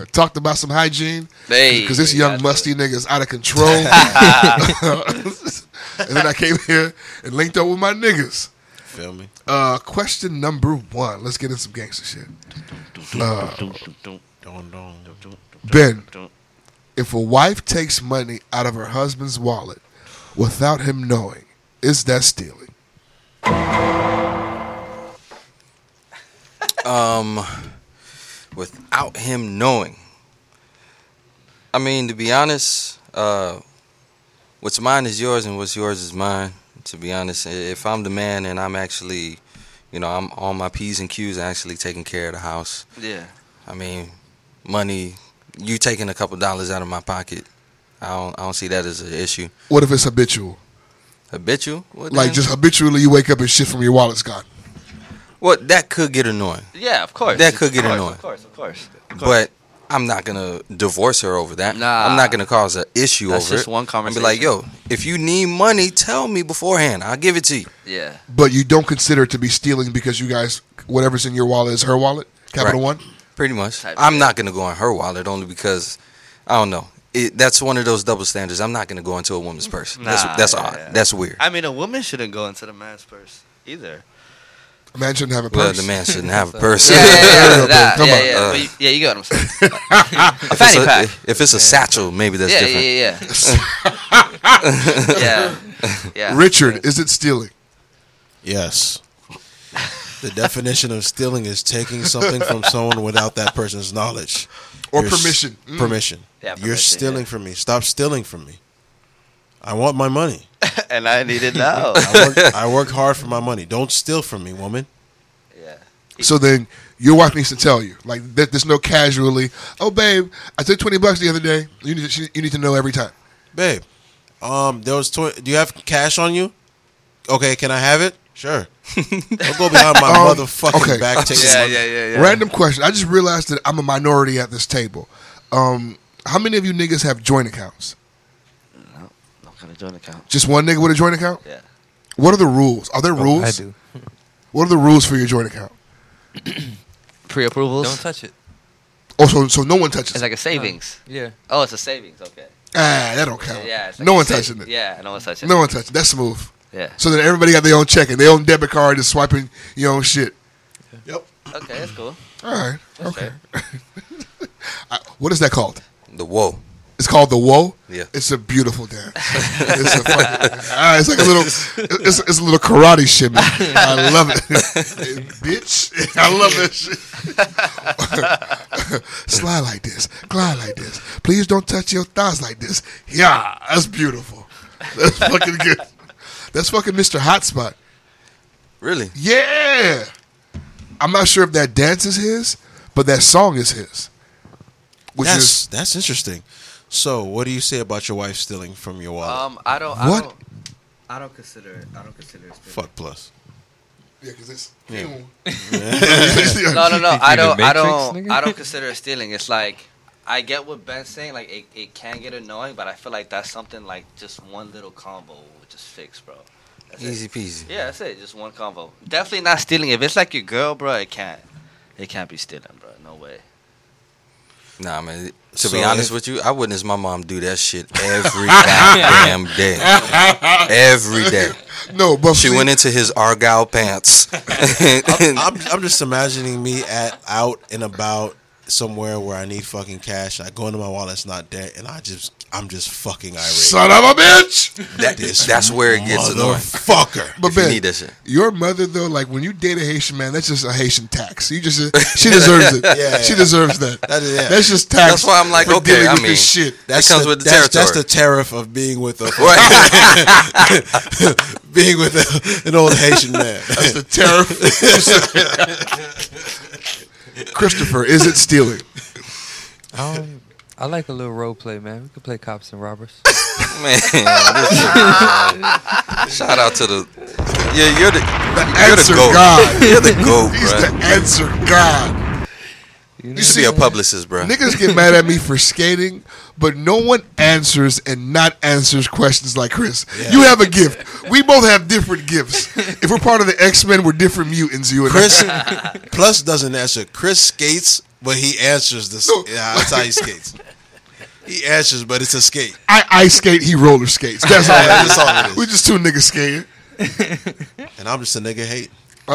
B: talked about some hygiene
C: Hey,
B: because this young
C: that's
B: musty nigga is out of control. and then I came here and linked up with my niggas.
H: feel me.
B: Uh, question number one. Let's get in some gangster shit. Uh,
H: Dun, dun.
B: ben, if a wife takes money out of her husband's wallet without him knowing, is that stealing?
F: Um, without him knowing. I mean, to be honest, uh, what's mine is yours, and what's yours is mine. To be honest, I- if I'm the man and I'm actually, you know, I'm on my p's and q's, and actually taking care of the house.
C: Yeah.
F: I mean, money. You taking a couple dollars out of my pocket. I don't. I don't see that as an issue.
B: What if it's habitual?
F: Habitual. Well,
B: Like
F: then-
B: just habitually, you wake up and shit from your wallet's gone.
F: What that could get annoying.
C: Yeah, of course.
F: That could get
C: Of course,
F: annoying.
C: Of course, of course. Of course.
F: But I'm not gonna divorce her over that.
C: Nah.
F: I'm not gonna cause an issue
C: That's
F: over
C: just
F: it.
C: one
F: I'll be like, yo,
C: conversation.
F: if you need money, tell me beforehand. I'll give it to you.
C: yeah.
B: But you don't consider it to be stealing because you guys, whatever's in your wallet is her wallet. Capital One.
F: Right. Pretty much.
C: Type
F: I'm
C: shit.
F: not gonna go in her wallet only because I don't know. It, that's one of those double standards. I'm not gonna go into a woman's purse.
C: Nah,
F: that's that's
C: yeah,
F: odd.
C: yeah.
F: That's weird.
C: I mean, a woman shouldn't go into the man's purse either.
B: A man shouldn't have a
F: Well,
B: purse.
F: the man shouldn't have a purse.
B: yeah, yeah,
C: Nah,
B: come
C: yeah,
B: on.
C: yeah,
F: Uh,
C: but you- yeah, you got what I'm saying. a
F: if, it's
C: fanny
F: a,
C: pack.
F: if it's a satchel, maybe that's
C: Yeah, yeah,
F: different.
C: yeah, yeah. yeah. Yeah.
B: Richard, is it stealing?
H: Yes. The definition of stealing is taking something from someone without that person's knowledge
B: Or
H: You're s-
B: permission? Mm.
H: Permission.
C: Yeah,
H: You're
C: permission,
H: stealing from me. Stop stealing from me. I want my money.
C: And I need it now.
H: I work, I work hard for my money. Don't steal from me, woman.
C: yeah.
B: So then your wife needs to tell you. Like, there- there's no casually, oh, babe, I took 20 bucks the other day. You need to, she- you need to know every time.
H: babe, um, there was tw- do you have cash on you? Okay, can I have it? Sure. Don't go behind my
B: Um,
H: motherfucking
B: okay.
H: back. Take
C: Yeah,
H: yeah,
C: yeah, yeah, yeah.
B: Random question. I just realized that I'm a minority at this table. Um, how many of you niggas have joint accounts?
C: Not gonna join account.
B: Just one nigga with a joint account?
C: Yeah.
B: What are the rules? Are there rules?
G: Oh, I do.
B: What are the rules for your joint account?
C: Pre-approvals.
G: Don't touch it.
B: Oh, so, so no one touches
C: It's
B: it.
C: like a savings.
G: Yeah.
C: Oh, it's a savings. Okay.
B: ah, that don't count.
C: Yeah. It's like
B: no
C: a
B: one
C: sa-
B: touching it.
C: Yeah. No one touching
B: No
C: it.
B: one touching it. That's smooth.
C: Yeah.
B: So then everybody got their own checking, their own debit card, and swiping your own shit.
C: Okay, that's cool.
B: All right.
C: That's fair.
B: What is that called?
F: The whoa.
B: It's called the Woe.
F: Yeah.
B: It's a beautiful dance. It's a fucking, Ah, it's like a little, it's, it's a little karate shimmy. I love it, bitch. I love that shit. Slide like this, glide like this. Please don't touch your thighs like this. Yeah, that's beautiful. That's fucking good. That's fucking Mr. Hotspot.
F: Really?
B: Yeah. I'm not sure if that dance is his, but that song is his. Which
H: that's
B: is
H: that's interesting. So, what do you say about your wife stealing from your wallet?
C: Um, I don't. I
B: Uh, What?
C: don't, I don't consider it. I don't consider it. stealing.
H: Fuck plus.
B: yeah, because it's
C: No, no, no.
G: Think
C: I don't. I
G: you the Matrix,
C: don't.
G: nigga?
C: I don't consider it stealing. It's like I get what Ben's saying. Like it, it can get annoying, but I feel like that's something like just one little combo would just fix, bro. That's it.
F: Easy peasy.
C: Yeah, that's it. Just one combo. Definitely not stealing. If it's like your girl, bro, it can't. It can't be stealing, bro. No way.
F: Nah, man. To
H: So
F: be honest
H: if-
F: with you, I witnessed my mom do that shit every goddamn day. Every day.
B: no, but
F: She
B: see-
F: went into his Argyle pants.
H: I'm, I'm just imagining me at out and about somewhere where I need fucking cash. I go into my wallet, it's not there, and I just I'm just fucking irate.
B: Son of a bitch!
F: That-
H: This
F: that's where it gets annoying.
H: motherfucker.
B: But
F: If you
B: Ben,
F: need that shit.
B: your mother though, like when you date a Haitian man, that's just a Haitian tax. You just uh, she deserves it.
H: Yeah.
B: she deserves that.
H: That is- yeah.
B: That's just tax.
F: That's why I'm like,
B: for
F: okay,
B: dealing
F: I
B: with
F: mean-
B: this shit.
H: That's
F: comes with the
H: that's, That's
F: territory.
H: the tariff of being with a
F: Right.
H: being with a, an old Haitian man.
B: That's the tariff. Christopher, is it stealing?
G: Um, I like a little role play, man. We could play cops and robbers.
F: Man, this shit is crazy. shout out to the yeah, you're the, you're the
B: answer
F: goat.
B: God.
F: You're the goat,
B: He's
F: bro.
B: the answer god.
G: You know?
F: you should be a publicist, bro.
B: Niggas get mad at me for skating, but no one answers and not answers questions like Chris. You have a gift. We both have different gifts. If we're part of the X Men, we're different mutants. You and I.
H: Chris plus doesn't answer. Chris skates, but he answers the
B: No.
H: yeah, that's how he skates. He answers, but it's a skate.
B: I ice skate, he roller skates. That's all. That
H: That's all it
B: is.
H: is.
B: We just two niggas skating.
H: And I'm just a nigga hate.
B: Um,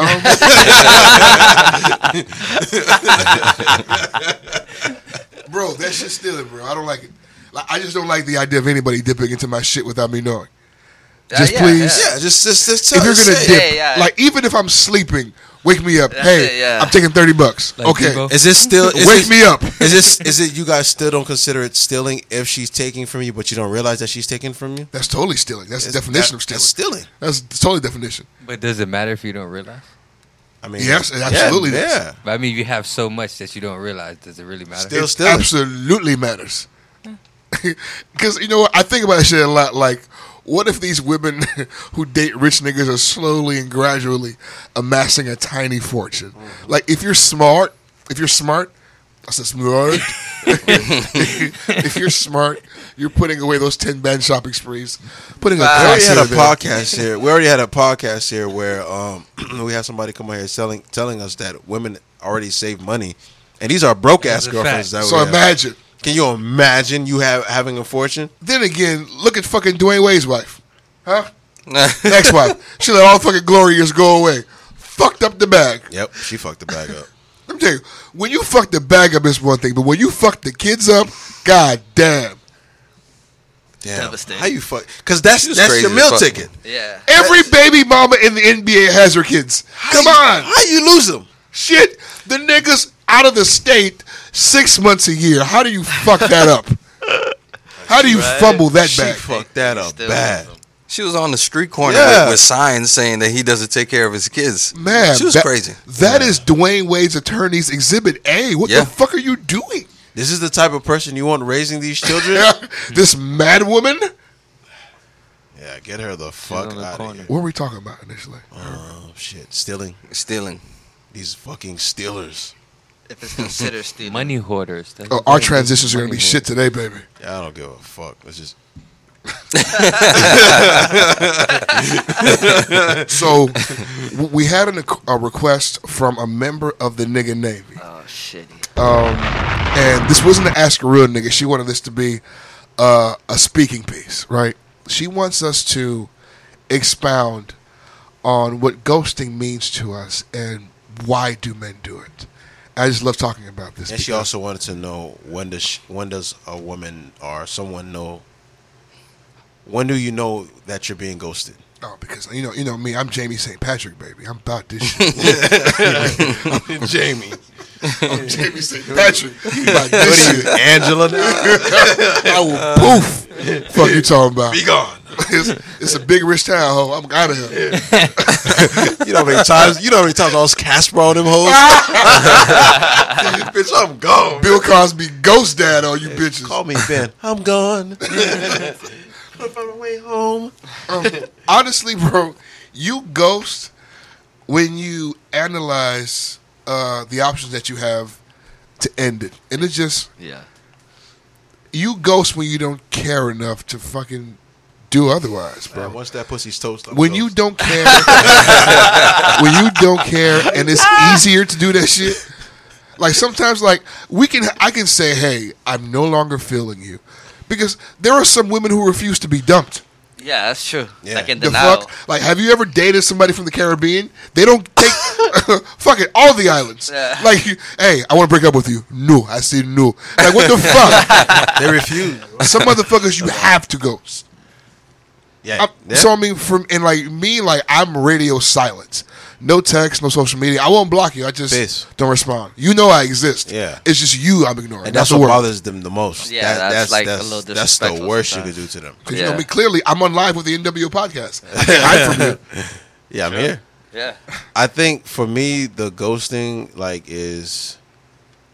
B: bro, that shit's stealing, bro. I don't like it. Like, I just don't like the idea of anybody dipping into my shit without me knowing. Just
C: yeah,
B: please,
H: Yeah, just just just tell
B: if you're gonna
H: say it.
B: dip,
C: Yeah, yeah.
B: like even if I'm sleeping, wake me up. hey,
C: it, yeah.
B: I'm taking thirty bucks.
G: Like
B: okay,
G: Debo.
H: Is this still is
B: wake
H: this-
B: me up.
H: Is this is it you guys still don't consider it stealing if she's taking from you, but you don't realize that she's taking from you?
B: That's totally stealing. That's the definition
H: That-
B: of stealing.
H: That's stealing.
B: That's, totally definition.
G: But does it matter if you don't realize?
H: I mean,
B: Yes, it
H: yeah,
B: absolutely does.
H: Yeah,
G: But I mean, if you have so much that you don't realize, does it really matter?
H: Still-
B: it
H: stealing.
B: absolutely matters. Because you know what, I think about that shit a lot. Like, what if these women who date rich niggas are slowly and gradually amassing a tiny fortune?
H: Mm.
B: Like, if you're smart, if you're smart, I said smart. if you're smart, you're putting away those ten band shopping sprees. Putting a
H: we already
B: box
H: had
B: here
H: a
B: and there.
H: podcast here. We already had a podcast here where um, we had somebody come out here selling, telling us that women already save money, and these are broke ass
G: That's a
H: girlfriends. That
G: fact.
B: So
H: we have.
B: imagine.
H: Can you imagine you have having a fortune?
B: Then again, look at fucking Dwayne Wade's wife, huh?
F: Nah.
B: Next wife. She let all fucking glory years go away. Fucked up the bag.
H: Yep, she fucked the bag up.
B: Let me tell you, when you fuck the bag up is one thing, but when you fuck the kids up, god damn.
H: Damn,
C: Devastating.
H: How you fuck? Because that's
F: It's
H: that's
F: crazy
H: your
F: as
H: meal
F: fuck.
H: ticket.
C: Yeah.
B: Every baby mama in the NBA has her kids. Come
H: How you-
B: on.
H: how you lose them?
B: Shit. The niggas out of the state six months a year. How do you fuck that up? How do you fumble that
H: She
B: bag?
H: fucked that up
C: Still
H: bad.
C: love 'em.
F: She was on the street corner
H: Yeah.
F: with, with signs saying that he doesn't take care of his kids.
B: Man,
F: she was
B: that-
F: crazy.
B: That is Dwayne Wade's attorney's exhibit A. What
F: Yeah.
B: the fuck are you doing?
H: This is the type of person you want raising these children.
B: this mad woman?
H: Yeah, get her the fuck
G: on the
H: out of
G: corner.
H: here.
B: What were we talking about initially?
H: Oh shit, stealing
F: Stealing.
H: these fucking stealers.
C: If it's considered stealing.
G: Money hoarders. That's
B: Oh,
G: the
B: our
G: thing.
B: transitions are going to be
G: Money
B: shit today, baby.
H: Yeah, I don't give a fuck. Let's just
B: So w- we had an, a request from a member of the nigga Navy.
C: Oh shit.
B: Um, and this wasn't to ask a real nigga. She wanted this to be uh, a speaking piece, right? She wants us to expound on what ghosting means to us and why do men do it. I just love talking about this.
H: And she
B: because-
H: also wanted to know when does sh when does a woman or someone know when do you know that you're being ghosted?
B: Oh, because you know, you know me. I'm Jamie St. Patrick, baby. I'm about this shit. I'm Jamie. I'm Jamie St. Patrick. I'm About this shit.
H: Angela,
B: I will poof. Fuck you talking about?
H: be gone.
B: It's, it's a big rich town, ho. I'm out of here.
H: You know how many times you know how many times I was Casper on them hoes. Bitch, I'm gone.
B: Bill Cosby ghost dad on you bitches.
H: Call me Ben. I'm gone. I'm on my way home.
B: Um, honestly, bro, you ghost when you analyze uh, the options that you have to end it, and it just
C: Yeah.
B: you ghost when you don't care enough to fucking do otherwise, bro.
H: Man, once that pussy's toast, I'm
B: when you
H: ghost.
B: don't care, when you don't care, and it's easier to do that shit. Like sometimes, like we can, I can say, "Hey, I'm no longer feeling you," because there are some women who refuse to be dumped.
C: Yeah, that's true.
H: Yeah.
C: Like in
B: The
C: denial.
B: fuck? Like, have you ever dated somebody from the Caribbean? They don't take fuck it, all the islands.
C: Yeah.
B: Like, you- hey, I want to break up with you. No, I say no. Like, what the fuck?
H: they refuse.
B: Some motherfuckers you have to go.
H: Yeah,
B: I'm-
H: yeah.
B: So I mean, from and like me, like I'm radio silent. No text, no social media. I won't block you. I just
H: Peace.
B: don't respond. You know I exist.
H: Yeah.
B: it's just you I'm ignoring.
H: and that's
B: Not
H: what
B: the world.
H: bothers them the most.
C: Yeah, that's like a little
H: that's the
C: disrespectful
H: worst you could
C: sometimes.
H: do to them.
B: 'Cause You know
C: Yeah.
B: me clearly. I'm on live with the NWO podcast. I can't hide from you.
H: Yeah, I'm here.
C: Yeah.
H: I think for me, the ghosting like is,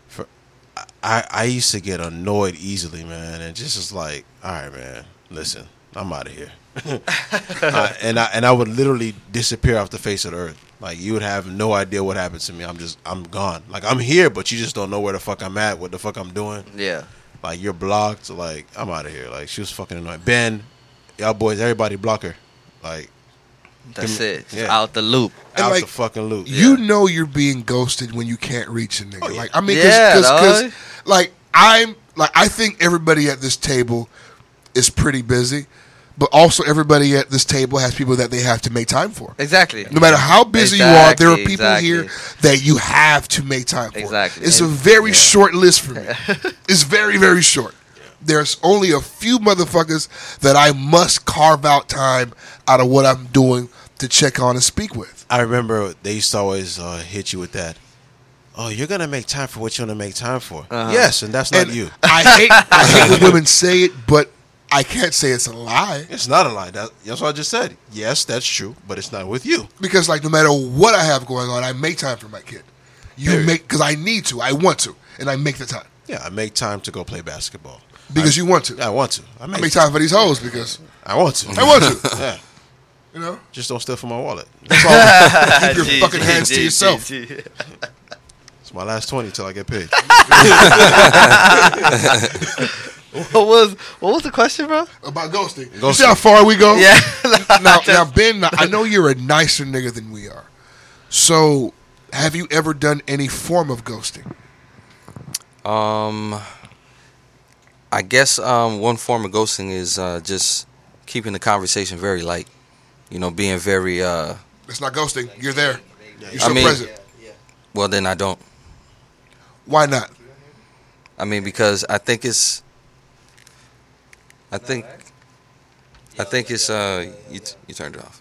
H: for I I used to get annoyed easily, man, and just is like, all right, man, listen, I'm out of here, Uh, and I and I would literally disappear off the face of the earth. Like you would have no idea what happened to me. I'm just I'm gone. Like I'm here, but you just don't know where the fuck I'm at, what the fuck I'm doing.
C: Yeah.
H: Like you're blocked. Like I'm out of here. Like she was fucking annoying. Ben, y'all boys, everybody block her. Like
C: That's
H: me-
C: it. Just
H: yeah.
C: Out the loop.
B: And,
H: out
B: like,
H: the fucking loop.
B: you know you're being ghosted when you can't reach a nigga. Like I mean,
C: Oh, Yeah,
B: because
C: dog.
B: like I'm like I think everybody at this table is pretty busy, but also everybody at this table has people that they have to make time for.
C: Exactly.
B: No matter how busy you are, there are
C: Exactly,
B: people here that you have to make time for.
C: Exactly.
B: It's a
C: And-
B: very short list for me. it's very, very short. There's only a few motherfuckers that I must carve out time out of what I'm doing to check on and speak with.
H: I remember they used to always uh, hit you with that. Oh, you're gonna make time for what you're gonna make time for. Yes, and that's not
B: And
H: you.
B: I hate I hate when women say it, but I can't say it's a lie.
H: It's not a lie. That, that's what I just said. Yes, that's true, but it's not with you.
B: Because like no matter what I have going on, I make time for my kid. You make because I need to, I want to, and I make the time.
H: Yeah, I make time to go play basketball
B: Because you want to.
H: I want to. I
B: I
H: make,
B: make time for these hoes because
H: I want to.
B: I want to.
H: Yeah,
B: You know?
H: just don't steal from my wallet.
B: That's all. Keep your fucking hands to yourself.
H: It's my last twenty till I get paid.
C: What was what was the question, bro?
B: About ghosting. You
H: Ghosting.
B: see how far we go?
C: Yeah.
B: Oh. now, now, Ben, I know you're a nicer nigga than we are. So, have you ever done any form of ghosting?
F: Um, I guess um, one form of ghosting is uh, just keeping the conversation very light. You know, being very uh,
B: It's not ghosting. You're there. You're
F: I
B: still
F: mean-
B: present.
F: well. Then I don't.
B: Why not?
F: I mean, because I think it's. I think. I think it's. Uh, you you turned it off.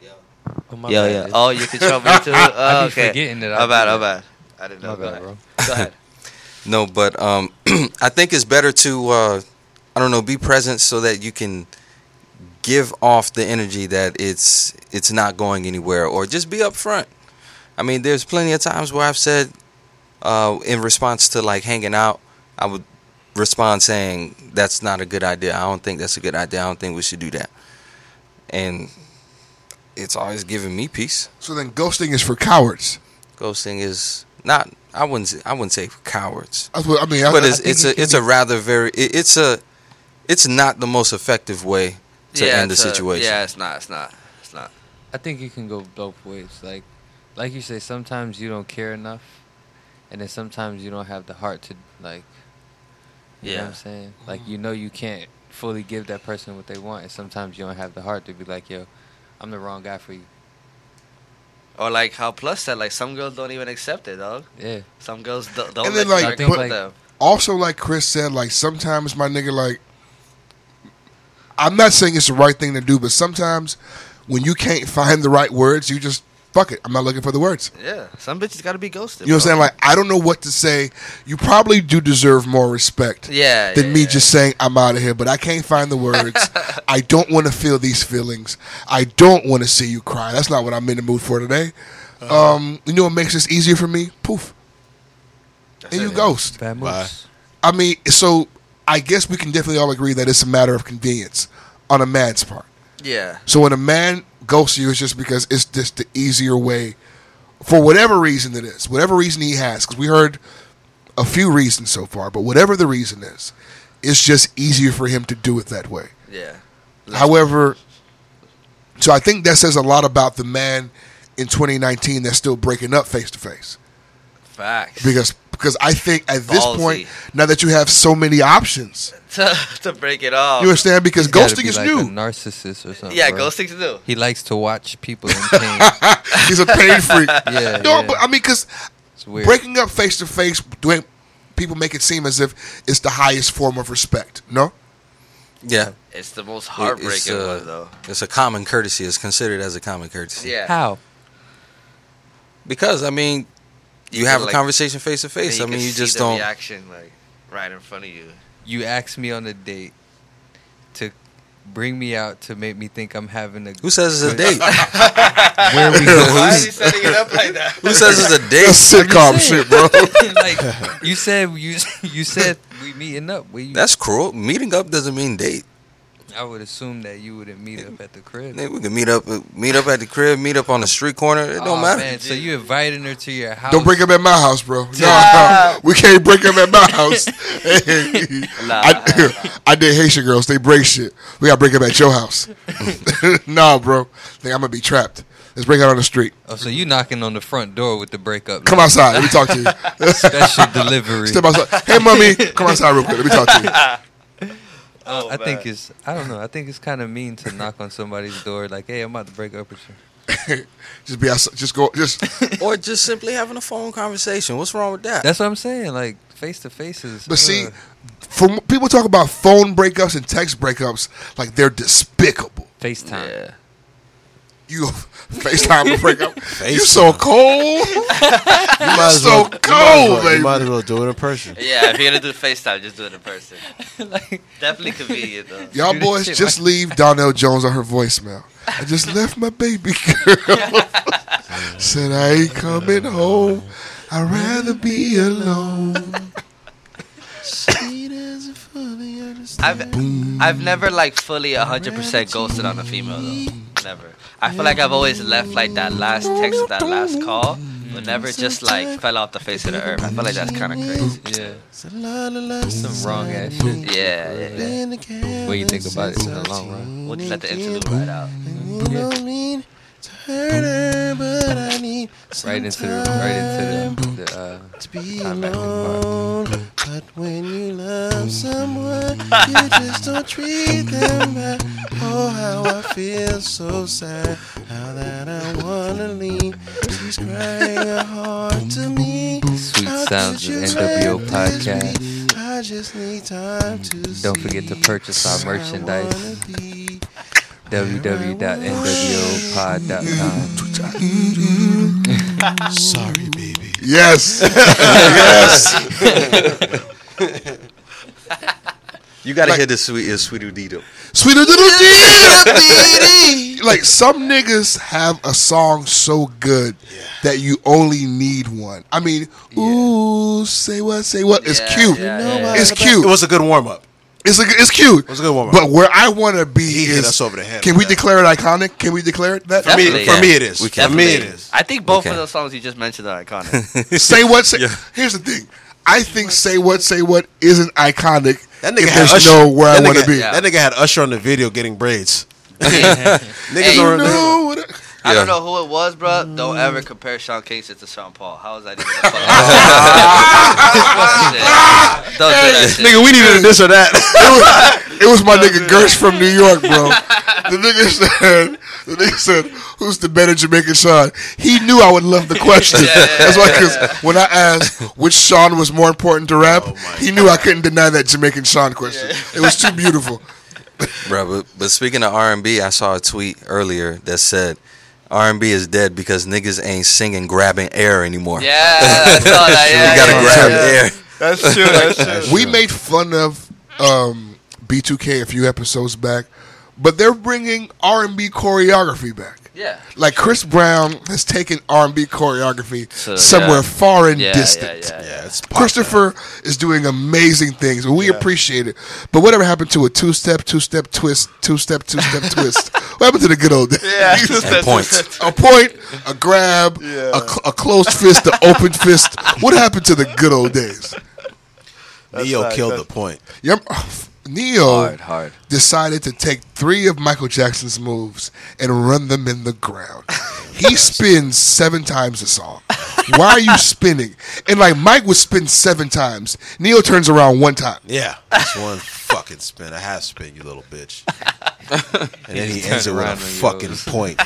C: Yeah, yeah. Oh, you control me too. Oh,
G: I be
C: okay.
G: forgetting that I
C: My
G: do
C: bad.
G: that.
C: My bad. I didn't know.
G: My
C: Go
G: bad,
C: ahead.
G: bro.
C: Go ahead.
F: No, but um, I think it's better to, uh, I don't know, be present so that you can give off the energy that it's it's not going anywhere, or just be upfront. I mean, there's plenty of times where I've said, uh, in response to like hanging out, I would respond saying, "That's not a good idea. I don't think that's a good idea. I don't think we should do that." And it's always giving me peace.
B: So then, ghosting is for cowards.
F: Ghosting is not. I wouldn't. say- I wouldn't say cowards
B: That's what I mean. I-
F: but
B: I
F: it's
B: think
F: it's
B: it
F: a
B: can
F: it's
B: be-
F: a rather very it, it's a it's not the most effective way to end the
C: it's a-
F: situation.
C: yeah, it's not. It's not. It's not.
G: I think you can go both ways. Like, like you say, sometimes you don't care enough, and then sometimes you don't have the heart to like. You know what
C: Yeah.
G: I'm saying? Like, you know, you can't fully give that person what they want, and sometimes you don't have the heart to be like, "Yo, I'm the wrong guy for you."
C: Or like how Plus said, like some girls don't even accept it, dog.
G: Yeah.
C: Some girls don't, don't
B: And
C: let
B: then,
C: like,
B: like,
C: you argue
B: but-
C: with them.
B: Also, like Chris said, like sometimes my nigga, like I'm not saying it's the right thing to do, but sometimes when you can't find the right words, you just fuck it. I'm not looking for the words.
C: Yeah, some bitches gotta be ghosted.
B: You know what I'm
C: bro.
B: saying? Like I don't know what to say. You probably do deserve more respect.
C: Yeah.
B: than
C: yeah,
B: me
C: yeah.
B: just saying I'm out of here, but I can't find the words. I don't want to feel these feelings. I don't want to see you cry. That's not what I'm in the mood for today.
F: Uh-huh.
B: Um, you know what makes this easier for me? Poof,
C: That's
B: and
C: it.
B: you ghost.
G: Bad
H: Bye.
G: moves.
B: I mean, so I guess we can definitely all agree that it's a matter of convenience on a man's part.
C: Yeah.
B: So when a man ghosts you, it's just because it's just the easier way, for whatever reason it is, whatever reason he has. Because we heard a few reasons so far, but whatever the reason is, it's just easier for him to do it that way.
C: Yeah.
B: However, so I think that says a lot about the man in 2019 that's still breaking up face to face
C: Facts.
B: because because I think at this
C: Ballsy.
B: point now that you have so many options,
C: to, to break it off.
B: you understand because
G: He's gotta
B: ghosting
G: be
B: is
G: like A
B: new.
G: narcissist or something.
C: yeah,
G: bro.
C: ghosting to do.
G: He likes to watch people in pain.
B: He's a pain freak.
G: Yeah,
B: no,
G: yeah.
B: but I mean because
G: it's weird.
B: breaking up face to face, doing people make it seem as if it's the highest form of respect. No,
F: Yeah.
C: It's the most heartbreaking
F: It's, uh,
C: one though.
F: It's a common courtesy. It's considered as a common courtesy.
C: Yeah.
G: How?
F: Because I mean, you,
C: You
F: have
C: can,
F: a
C: like-
F: conversation face to
C: And
F: face. I
C: can
F: mean, you
C: see
F: just
C: the
F: don't.
C: reaction like right in front of you.
G: You asked me on a date to bring me out to make me think I'm having a
F: Who says it's a date?
G: where we
C: Why
G: go.
C: is he setting it up like that?
F: Who says it's a
B: that's
F: date?
B: sitcom
G: saying.
B: shit, bro.
G: like you said you you said we meeting up. Where you,
F: That's cruel. Meeting up doesn't mean date.
G: I would assume that you wouldn't meet up at the crib.
F: Nigga, We can meet up, meet up at the crib, meet up on the street corner. It don't
G: Aw,
F: matter.
G: Man, so you inviting her to your house?
B: Don't break up at my house, bro. No,
C: Yeah.
B: no, we can't break up at my house. Hey.
C: Nah.
B: I, I did Haitian girls. They break shit. We gotta break up at your house. nah, bro. Think I'm gonna be trapped. Let's break out on the street.
G: Oh, so you knocking on the front door with the breakup?
B: Come outside. Let me talk to you.
G: Special delivery.
B: Step outside. Hey, mommy. Come outside real quick. Let me talk to you.
C: Oh,
G: I think
C: man.
G: it's I don't know. I think it's kind of mean to knock on somebody's door like, "Hey, I'm about to break up with you."
B: Just be outside. Just go. Just
F: or just simply having a phone conversation. What's wrong with that?
G: That's what I'm saying. Like face uh, to faces.
B: But see, from people talk about phone breakups and text breakups like they're despicable.
G: FaceTime.
C: Yeah.
B: You FaceTime a breakup. you so cold.
H: You might as
B: so
H: well, you might
B: cold,
H: as well-
B: baby.
H: You might as well do it in person.
C: Yeah, if you're gonna do FaceTime, just do it in person.
G: like
C: Definitely convenient though.
B: Y'all
G: Dude, this
B: boys
G: shit
B: just leave Donnell Jones on her voicemail. I just left my baby girl. Said I ain't coming home. I'd rather be alone.
C: I've I've never like fully hundred percent ghosted on a female though. Never. I feel like I've always left like that last text or that last call, but never just like fell off the face of the earth. I feel like that's kind of crazy.
G: yeah, some wrong ass shit.
C: Yeah, yeah, yeah.
G: When you think about it in the long run.
C: We'll just let the interlude ride out.
G: Right into the right into the, the uh, combat bar.
H: But when you love someone, you just don't treat them right. Oh, how I feel so sad. How that I wanna leave. She's crying a heart to me.
G: Sweet
H: How
G: sounds
H: could
G: of
H: you
G: NWO
H: let this be?
G: podcast.
H: I just need time to
G: Don't forget to
H: see
G: purchase our
H: where I
G: merchandise.
H: wanna be.
G: www.nwopod.com.
H: Sorry, baby.
B: Yes.
F: You gotta hear the sweetest, sweetie Dito.
B: Sweet little DMD. Like some niggas have a song so good that you only need one. I mean, ooh, say what, say what. It's
C: Yeah,
B: cute.
C: yeah, yeah, yeah.
B: It's cute.
H: It was a good warm up.
B: It's a, it's cute.
H: was a good warm-up.
B: But where I want to be
H: He hit
B: is
H: us over the head
B: Can
H: with
B: we
H: that.
B: declare it iconic? Can we declare it that?
H: For me,
C: Definitely,
H: for
C: yeah.
H: me it is.
F: We
H: For
F: can.
H: me it
C: Definitely.
H: is.
C: I think both
F: Okay.
C: of those songs you just mentioned are iconic.
B: say what? Say, Here's the thing. I think say what, say what isn't iconic.
H: That nigga
B: if
H: had
B: there's
H: Usher.
B: no where
H: that
B: I want
H: nigga-
B: to be.
C: Yeah.
H: That nigga had Usher on the video getting braids. Niggas
C: Hey,
H: are-
B: No, what-
C: I
F: Yeah.
C: don't know who it was, bro. Don't ever compare Sean Kingston to Sean Paul. How is that even a fucking? Bullshit. Don't do that shit.
H: Nigga, we needed this or that.
B: it was my nigga Gersh from New York, bro. The nigga said, The nigga said, "Who's the better Jamaican Sean?" He knew I would love the question. That's why, because when I asked which Sean was more important to rap,
C: Oh
B: he knew I couldn't deny that Jamaican Sean question. It was too beautiful.
F: Bro, but, but speaking of R&B, I saw a tweet earlier that said R&B is dead because niggas ain't singing grabbing air anymore.
C: Yeah, I saw that. Yeah,
F: You gotta grab
C: yeah, yeah.
F: air.
A: That's true. That's true.
B: We made fun of um, B2K a few episodes back, but they're bringing R&B choreography back.
C: Yeah.
B: Like Chris Brown has taken R&B choreography
C: So,
B: somewhere
C: yeah.
B: far and
C: Yeah, yeah,
B: distant.
C: yeah, yeah.
H: it's pop
B: Christopher is doing amazing things, and we appreciate it. But whatever happened to a two-step, two-step twist, two-step, two-step twist? What happened to the good old days?
A: Yeah.
F: And points.
B: a point, a grab,
A: Yeah.
B: a, cl- a closed fist, an open fist. What happened to the good old days?
H: now. Neo
A: not-
H: killed the
A: that's-
H: point.
B: Yep. Neo
G: Hard, hard.
B: decided to take three of Michael Jackson's moves and run them in the ground. He spins seven times a song. Why are you spinning? And like Mike would spin seven times. Neo turns around one time.
H: Yeah, it's one fucking spin, a half spin, you little bitch. And then he
G: He
H: ends it
G: turned
H: with a
G: around on you.
H: fucking point.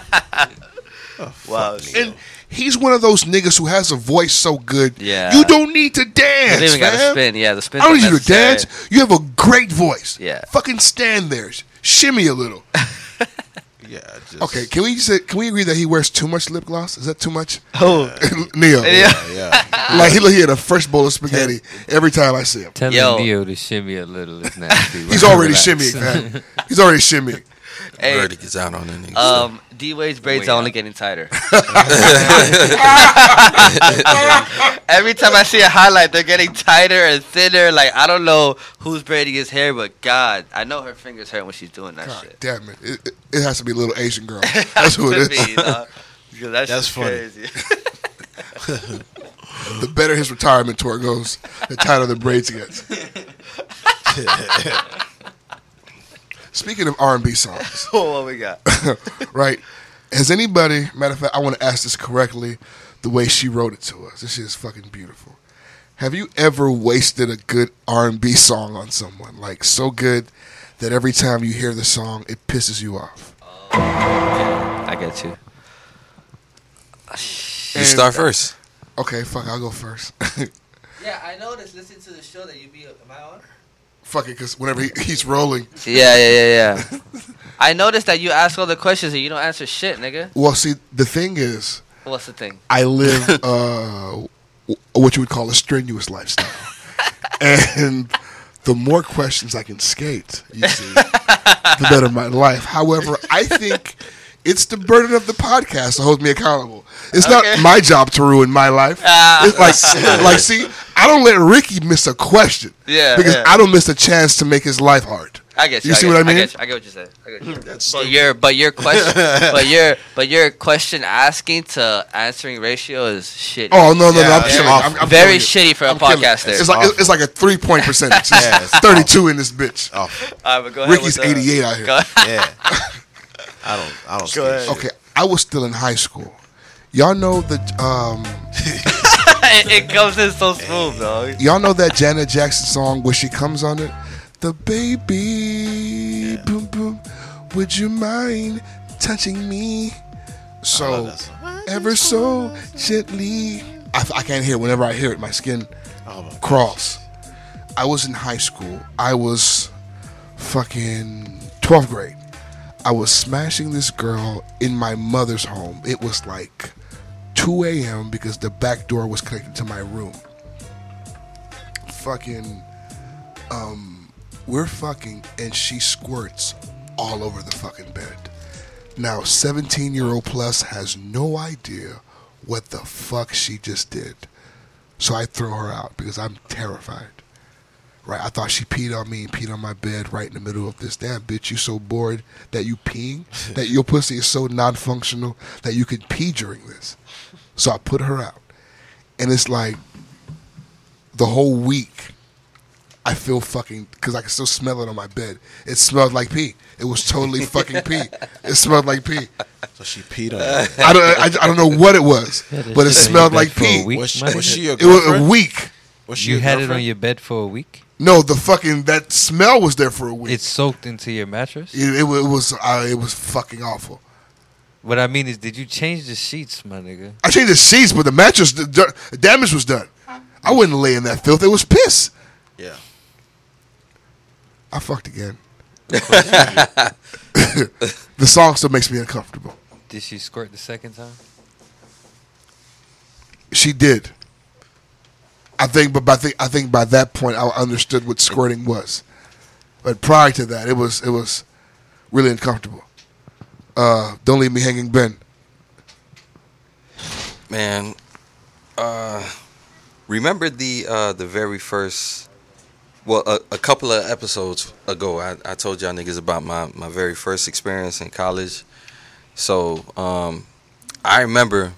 A: Wow.
B: And he's one of those niggas who has a voice so good.
C: Yeah.
B: You don't need to
C: You
B: dance.
C: don't even got to
B: fam.
C: spin. Yeah, the spin.
B: I don't need you to dance. You have a great voice.
C: Yeah.
B: Fucking stand there. Shimmy a little.
H: Yeah, just,
B: Okay, can we say, can we agree that he wears too much lip gloss? Is that too much?
A: Oh,
B: Neo.
H: Yeah, yeah.
B: Like he look here the first bowl of spaghetti every time I see him.
G: Telling
C: Yo.
G: Neo to shimmy a little is nasty.
B: He's
G: Right?
B: already
G: Relax.
B: shimmying, man. He's already shimmying.
C: Hey,
F: Verdict is out on that nigga.
C: um, D Wade's braids are only getting tighter. Every time I see a highlight, they're getting tighter and thinner. Like I don't know who's braiding his hair, but God, I know her fingers hurt when she's doing that
B: God
C: shit.
B: damn it. It, it. it has to be a little Asian girl. That's who it is.
C: that's
H: That's funny.
C: crazy.
B: The better his retirement tour goes, the tighter the braids gets. Speaking of R and B songs,
C: So what we got?
B: right? Has anybody matter of fact I want to ask this correctly the way she wrote it to us. This shit is fucking beautiful. Have you ever wasted a good R and B song on someone? Like so good that every time you hear the song it pisses you off.
C: I get you. Ah,
F: you start first.
B: Okay, fuck, I'll go first.
C: Yeah, I noticed listening to the show that you be. Am I on?
B: fuck it, because whenever he, he's rolling,
C: Yeah, yeah, yeah, yeah. I noticed that you ask all the questions and you don't answer shit, nigga.
B: well, see, the thing is,
C: What's the thing?
B: I live uh, w- what you would call a strenuous lifestyle, and the more questions I can skate, you see, the better my life. However, I think it's the burden of the podcast to hold me accountable. It's
C: Okay.
B: not my job to ruin my life.
C: Ah.
B: It's like, like, see, I don't let Ricky miss a question,
C: Yeah,
B: because
C: yeah.
B: I don't miss a chance to make his life hard.
C: I get you.
B: You see
C: I
B: what
C: get
B: I mean?
C: I get you. I get what you said. I get you. but your but your question but your but your question asking to answering ratio is shit.
B: Oh no, no, no!
H: Yeah,
B: I'm
H: it's
B: killing. it.
H: awful.
B: I'm, I'm
C: Very
B: killing it.
C: shitty for a
B: I'm killing it.
C: podcaster.
B: It's like it's like a three point percentage.
H: Yeah, it's
B: Thirty two in this bitch.
H: Oh,
C: All right, but go ahead
B: Ricky's
C: with the-
B: 88 out here.
C: Go-
H: yeah. I don't. I don't.
A: Go
H: skate
A: ahead.
H: shit.
B: Okay, I was still in high school. Y'all know that um,
C: it, it comes in so smooth, dog.
B: y'all know that Janet Jackson song where she comes on it, the baby, boom boom. Would you mind touching me? So
H: that
B: ever so gently. I, I can't hear. it. Whenever I hear it, my skin
H: Oh my God.
B: crawls. I was in high school. I was fucking 12th grade. I was smashing this girl in my mother's home. It was like 2 a.m. because the back door was connected to my room. Fucking, um, we're fucking, and she squirts all over the fucking bed. Now, 17 year old plus has no idea what the fuck she just did. So I throw her out because I'm terrified. Right? I thought she peed on me and peed on my bed right in the middle of this. Damn, bitch, you so bored that you peeing? that your pussy is so non functional that you could pee during this. So I put her out. And it's like the whole week I feel fucking because I can still smell it on my bed. It smelled like pee. It was totally fucking pee. It smelled like pee.
H: So she peed on.
B: I don't I, I don't know what it was, but it
G: Shit,
B: smelled
G: you had
B: like
G: it for a
B: pee.
H: You.
G: week,
H: Was, she-
G: man.
H: was she your
B: It was a
H: girlfriend?
B: week.
H: Was she
G: You
H: your
G: had it
H: girlfriend?
G: on your bed for a week.
B: No, the fucking that smell was there for a week.
G: It soaked into your mattress.
B: it, it wa- it was uh, it was fucking awful.
G: What I mean is, did you change the sheets, my nigga?
B: I changed the sheets, but the mattress the, dirt- the damage was done. I wouldn't lay in that filth. It was piss.
H: Yeah.
B: I fucked again. the song still makes me uncomfortable.
G: Did she squirt the second time?
B: She did. I think, but by thi- I think by that point I understood what squirting was. But prior to that, it was it was really uncomfortable. Uh, don't leave me hanging, Ben.
F: Man, uh, remember the uh, the very first, well, a, a couple of episodes ago, I, I told y'all niggas about my, my very first experience in college. So um, I remember,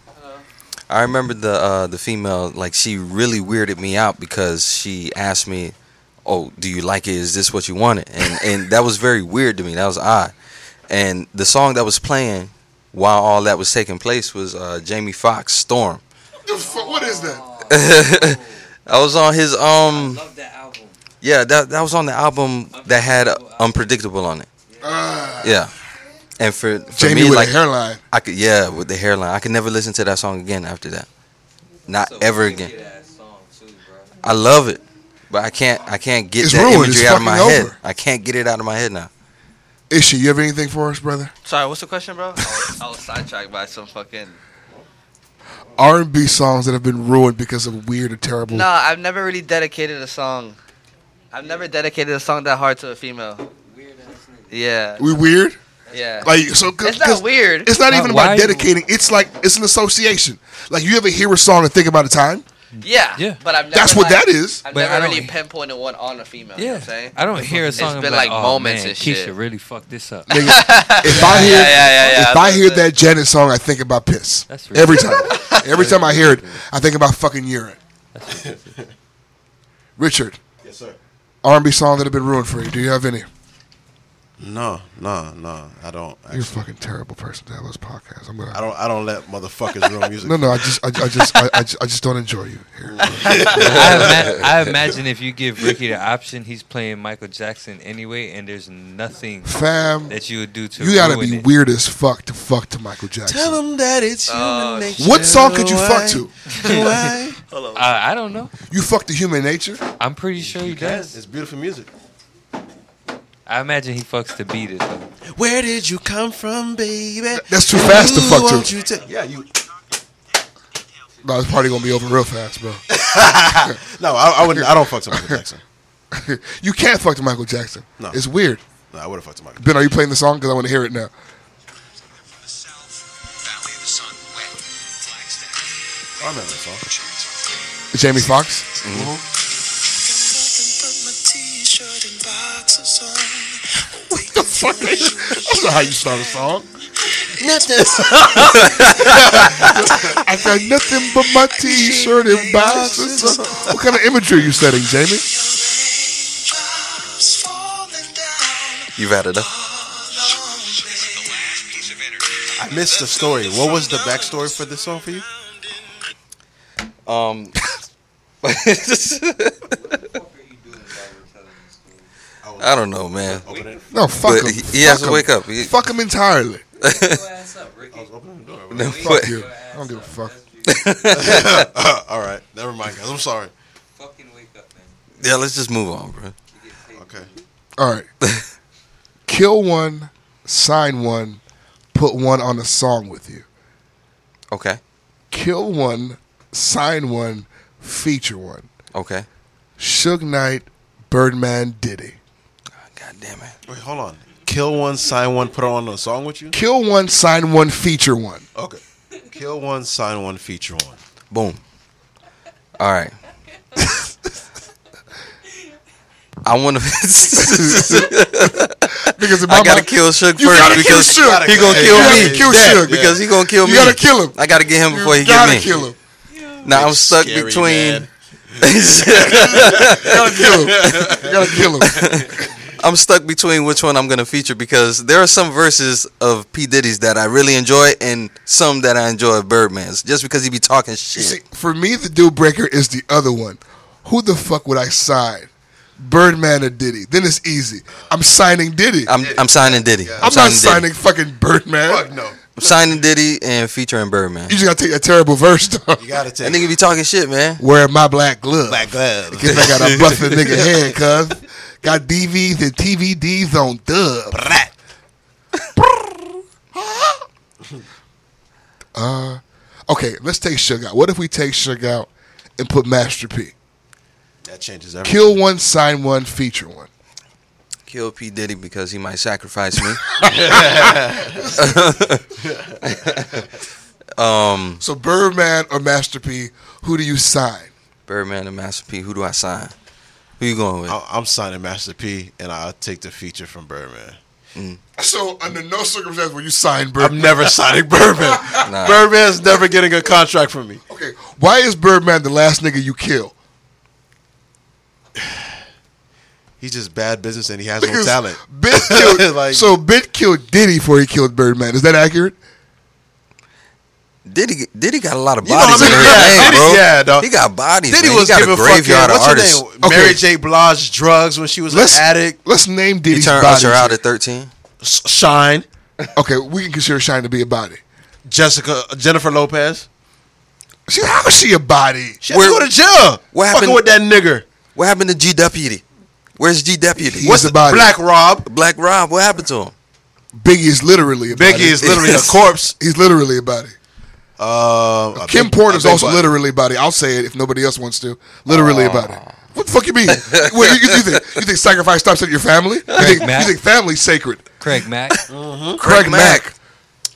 F: I remember the uh, the female like she really weirded me out because she asked me, "Oh, do you like it? Is this what you wanted?" And and that was very weird to me. That was odd. And the song that was playing while all that was taking place was uh, Jamie Foxx Storm.
B: What is that?
F: I was on his um. Yeah, that that was on the album that had uh, Unpredictable on it. Yeah, and for, for
B: Ah. Jamie
F: me,
B: with
F: like
B: a hairline.
F: I could yeah with the hairline, I could never listen to that song again after that. Not ever again. I love it, but I can't I can't get
B: It's
F: that
B: ruined.
F: imagery
B: It's
F: out of my
B: fucking
F: head.
B: over.
F: I can't get it out of my head now.
B: Ishi, you have anything for us, brother?
C: Sorry, what's the question, bro? I was, I was sidetracked by some fucking.
B: R and B songs that have been ruined because of weird or terrible.
C: No, I've never really dedicated a song. I've never dedicated a song that hard to a female. Yeah,
B: We weird?
C: yeah.
B: Like so? Cause,
C: It's not
B: 'cause
C: weird.
B: it's not
G: Now,
B: even
G: why-
B: about dedicating. It's like it's an association. Like you ever hear a song and think about a time?
C: Yeah,
G: Yeah.
C: But I've never.
B: That's what
C: like-
B: that is.
C: I've
G: But I
C: never
G: don't-
C: really pinpointed one on a female. You know what I'm saying.
G: I don't hear a song. and
C: been
G: be
C: like
G: "Oh,
C: moments
G: man,
C: and shit."
G: Keisha really fucked this up.
B: If I hear,
C: yeah, yeah, yeah, yeah.
B: if I hear that Janet song, I think about piss.
G: That's
B: every time. Every time I hear it, I think about fucking urine.
G: That's
B: Richard,
H: Yes, sir.
B: R and B song that have been ruined for you. Do you have any?
H: No, no, no. I don't.
B: You're a
H: Actually.
B: fucking terrible person to have this podcast. I'm gonna.
H: I don't. I don't let motherfuckers ruin music.
B: no, no. I just, I, I just, I, I, just, I just don't enjoy you. Here.
G: I, ima- I imagine if you give Ricky the option, he's playing Michael Jackson anyway, and there's nothing
B: Fam,
G: that you would do to
B: you gotta
G: ruin
B: be
G: it.
B: weird as fuck to fuck to Michael
H: Tell
B: Jackson.
H: them that it's human
C: Oh,
H: nature.
B: What song could you fuck to?
H: Why?
G: Uh, I don't know.
B: You fuck to Human Nature.
G: I'm pretty sure he does.
H: It's beautiful music.
G: I imagine he fucks to beat it. Though.
H: Where did you come from, baby?
B: That's too fast to
H: Ooh,
B: fuck to.
H: won't you ta- yeah, you.
B: No, this party gonna be over real fast, bro.
H: No, I, I wouldn't. I don't fuck to Michael Jackson.
B: you can't fuck to Michael Jackson.
H: No.
B: It's weird.
H: No, I would have fucked to Michael.
B: Ben, are you playing the song? Because I want to hear it now.
H: Jackson. I remember that song.
B: Jamie Foxx. The fuck? is- That's not how you start a song. Nothing. I got nothing but my T-shirt and boxes. What kind of imagery are you setting, Jamie?
F: You've had enough.
H: I missed the story. What was the backstory for this song for you?
F: Um. I don't know, man.
H: Open it.
B: No, fuck
F: but
B: him.
F: he,
B: fuck
F: he has
B: him.
F: to wake up. He-
B: Fuck him entirely.
H: I was opening the door.
F: no,
B: Fuck
F: but-
B: you. I don't give a fuck.
H: All right, never mind, guys. I'm sorry.
F: yeah, let's just move on, bro.
H: Okay.
B: All right. Kill one, sign one, put one on a song with you.
F: Okay,
B: Kill one, sign one, feature one.
F: okay.
B: Suge Knight, Birdman, Diddy.
F: God damn it.
H: Wait, hold on. Kill one, sign one, put on a song with you.
B: Kill one, sign one, feature one.
H: Okay. Kill one, sign one, feature one.
F: Boom. All right. I want to.
B: Because in my
F: I gotta
B: mind-
F: kill Suge first
B: You gotta kill
F: because
B: Suge.
F: he gonna
H: You
F: kill
H: gotta
F: me.
B: kill
F: Yeah,
B: Suge.
F: because he gonna kill
B: You
F: me.
B: gotta kill him.
F: I gotta get him before
B: you
F: he get
B: gotta
F: me.
B: kill him.
F: Now I'm stuck
H: Scary,
F: between.
H: man.
B: You gotta kill him. You gotta kill him.
F: I'm stuck between which one I'm gonna feature because there are some verses of P Diddy's that I really enjoy and some that I enjoy of Birdman's just because he be talking shit.
B: See, for me, the deal breaker is the other one. Who the fuck would I sign? Birdman or Diddy? Then it's easy. I'm signing Diddy.
F: I'm I'm signing Diddy.
B: I'm not signing
F: signing
B: fucking Birdman.
H: Fuck no.
F: signing Diddy and featuring Birdman.
B: You just gotta take that terrible verse though.
H: You gotta
F: That
H: take
F: nigga be talking shit, man.
B: Wearing my black glove.
H: black glove.
B: Cause I got a buffing nigga head, cuz. Got DVs and TVDs on dub.
H: Brat.
B: Okay, let's take Suge out. What if we take Suge out and put Master P?
H: That changes everything.
B: Kill one, sign one, feature one.
F: Kill P Diddy because he might sacrifice me. um,
B: So Birdman or Master P, who do you sign?
F: Birdman and Master P. Who do I sign? Who you going with?
H: I- I'm signing Master P, and I'll take the feature from Birdman.
B: So under no circumstance will you sign
H: I'm
B: Birdman.
H: never signing Birdman.
F: Nah.
H: Birdman's never getting a contract from me.
B: okay, why is Birdman the last nigga you kill?
H: He's just bad business, and he has no
B: Because
H: talent.
B: Bit killed,
H: Like-
B: so Bit killed Diddy before he killed Birdman. Is that accurate?
F: Diddy, Diddy got a lot of
H: You know
F: bodies
H: what I
F: in
H: mean?
F: his
H: Yeah,
F: name,
H: Diddy-
F: bro.
H: yeah, dog.
F: He got bodies.
H: Diddy
F: man.
H: was
F: he got
H: giving
F: a graveyard
H: fucking,
F: of
H: what's
F: artists.
H: her name?
B: Okay.
H: Mary J. Blige drugs when she was
B: Let's-
H: an addict.
B: Let's name
F: He
B: Diddy's
F: turned
B: bodies.
F: Usher out at thirteen.
H: S- Shine,
B: Okay, we can consider Shine to be a body.
H: Jessica, uh, Jennifer Lopez.
B: She, how is she a body?
H: She had to
F: Where-
H: go to jail.
F: what
H: Fucking
F: happened-
H: with that nigger.
F: What happened to G Deputy? Where's G Deputy?
B: He's
H: What's
B: a
H: the
B: body.
H: Black Rob?
F: Black Rob? What happened to him?
B: Biggie is literally a body.
H: Biggie is literally a corpse.
B: He's literally a body.
H: Um, a
B: Kim
H: big-
B: Porter's
H: a big
B: also
H: button.
B: literally a body. I'll say it if nobody else wants to. Literally a body. What the fuck you mean? Wait, you, you think, you think sacrifice stops at your family? You think, you
G: Mack.
B: think family's sacred?
G: Craig Mack.
B: Craig
F: Mack.
B: Mack.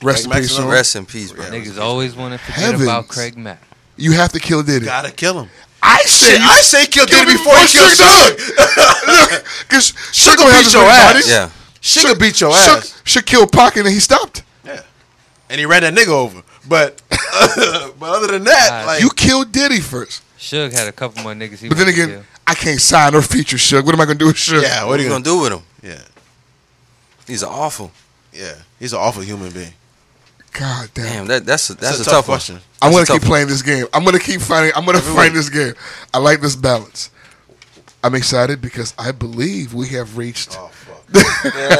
B: Rest in
H: Craig
B: peace,
H: Mack's
B: sir.
F: Rest in peace, bro.
G: Niggas always want to forget
B: Heavens.
G: about Craig Mack.
B: You have to kill Diddy.
H: Gotta kill him.
B: I say,
H: Shit, I say kill
B: Kill
H: Diddy
B: me
H: before he
B: before
H: kills
B: Suge
H: Suge.
B: Because
H: Suge
B: Suge gonna have
H: beat
B: his
H: your ass.
B: bodies.
F: Yeah.
H: She could beat your ass.
B: Suge, Suge killed Pac and then he stopped.
H: And he ran that nigga over. But but other than that,
G: Nah,
H: like
B: You killed Diddy first.
G: Suge had a couple more niggas. He
B: But then
G: wanted to
B: again,
G: kill.
B: I can't sign or feature Suge. What am I going to do with Suge?
H: yeah,
F: What
H: what
F: are you gonna do with him?
H: Yeah,
F: He's an awful.
H: yeah. He's an awful human being.
B: God damn.
F: Damn, that that's a, that's,
H: It's
F: a, tough,
H: question.
F: One.
B: I'm going
F: That's
B: to
F: a
B: keep
F: tough
B: playing this game. I'm going to keep finding. I'm going to find this game. I like this balance. I'm excited because I believe we have reached.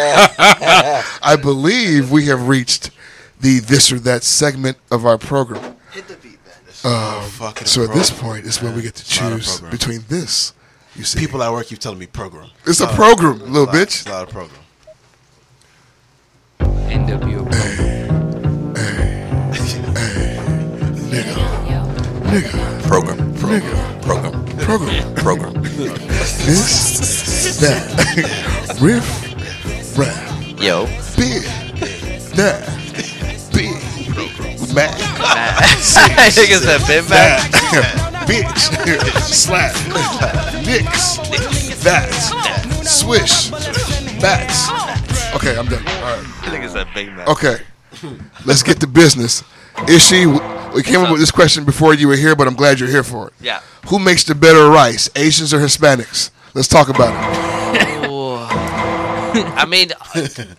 B: I believe we have reached the this or that segment of our program.
A: Hit the beat, man.
H: Oh, fucking
B: So at
H: program.
B: this point, it's where we get to
H: It's not a
B: choose
H: program.
B: between this. You see,
H: people at work keep telling me program. Uh,
B: it's
F: Uh,
B: a program, little
H: It's not- It's
B: bitch.
H: not a program.
G: NWO.
B: Nigga,
F: Program,
B: nigga,
F: program,
B: program.
F: program.
B: This, that, riff, rap.
C: Yo,
B: Big. That. Big. Mac.
C: niggas said Big Mac.
B: Bitch. Slap. Nix. That. Swish. Bats. Okay, I'm done. All right.
C: Niggas said Big Mac.
B: Okay. Let's get to business. Is she. We came up with this question before you were here, but I'm glad you're here for it.
C: Yeah.
B: Who makes the better rice, Asians or Hispanics? Let's talk about it.
C: I mean,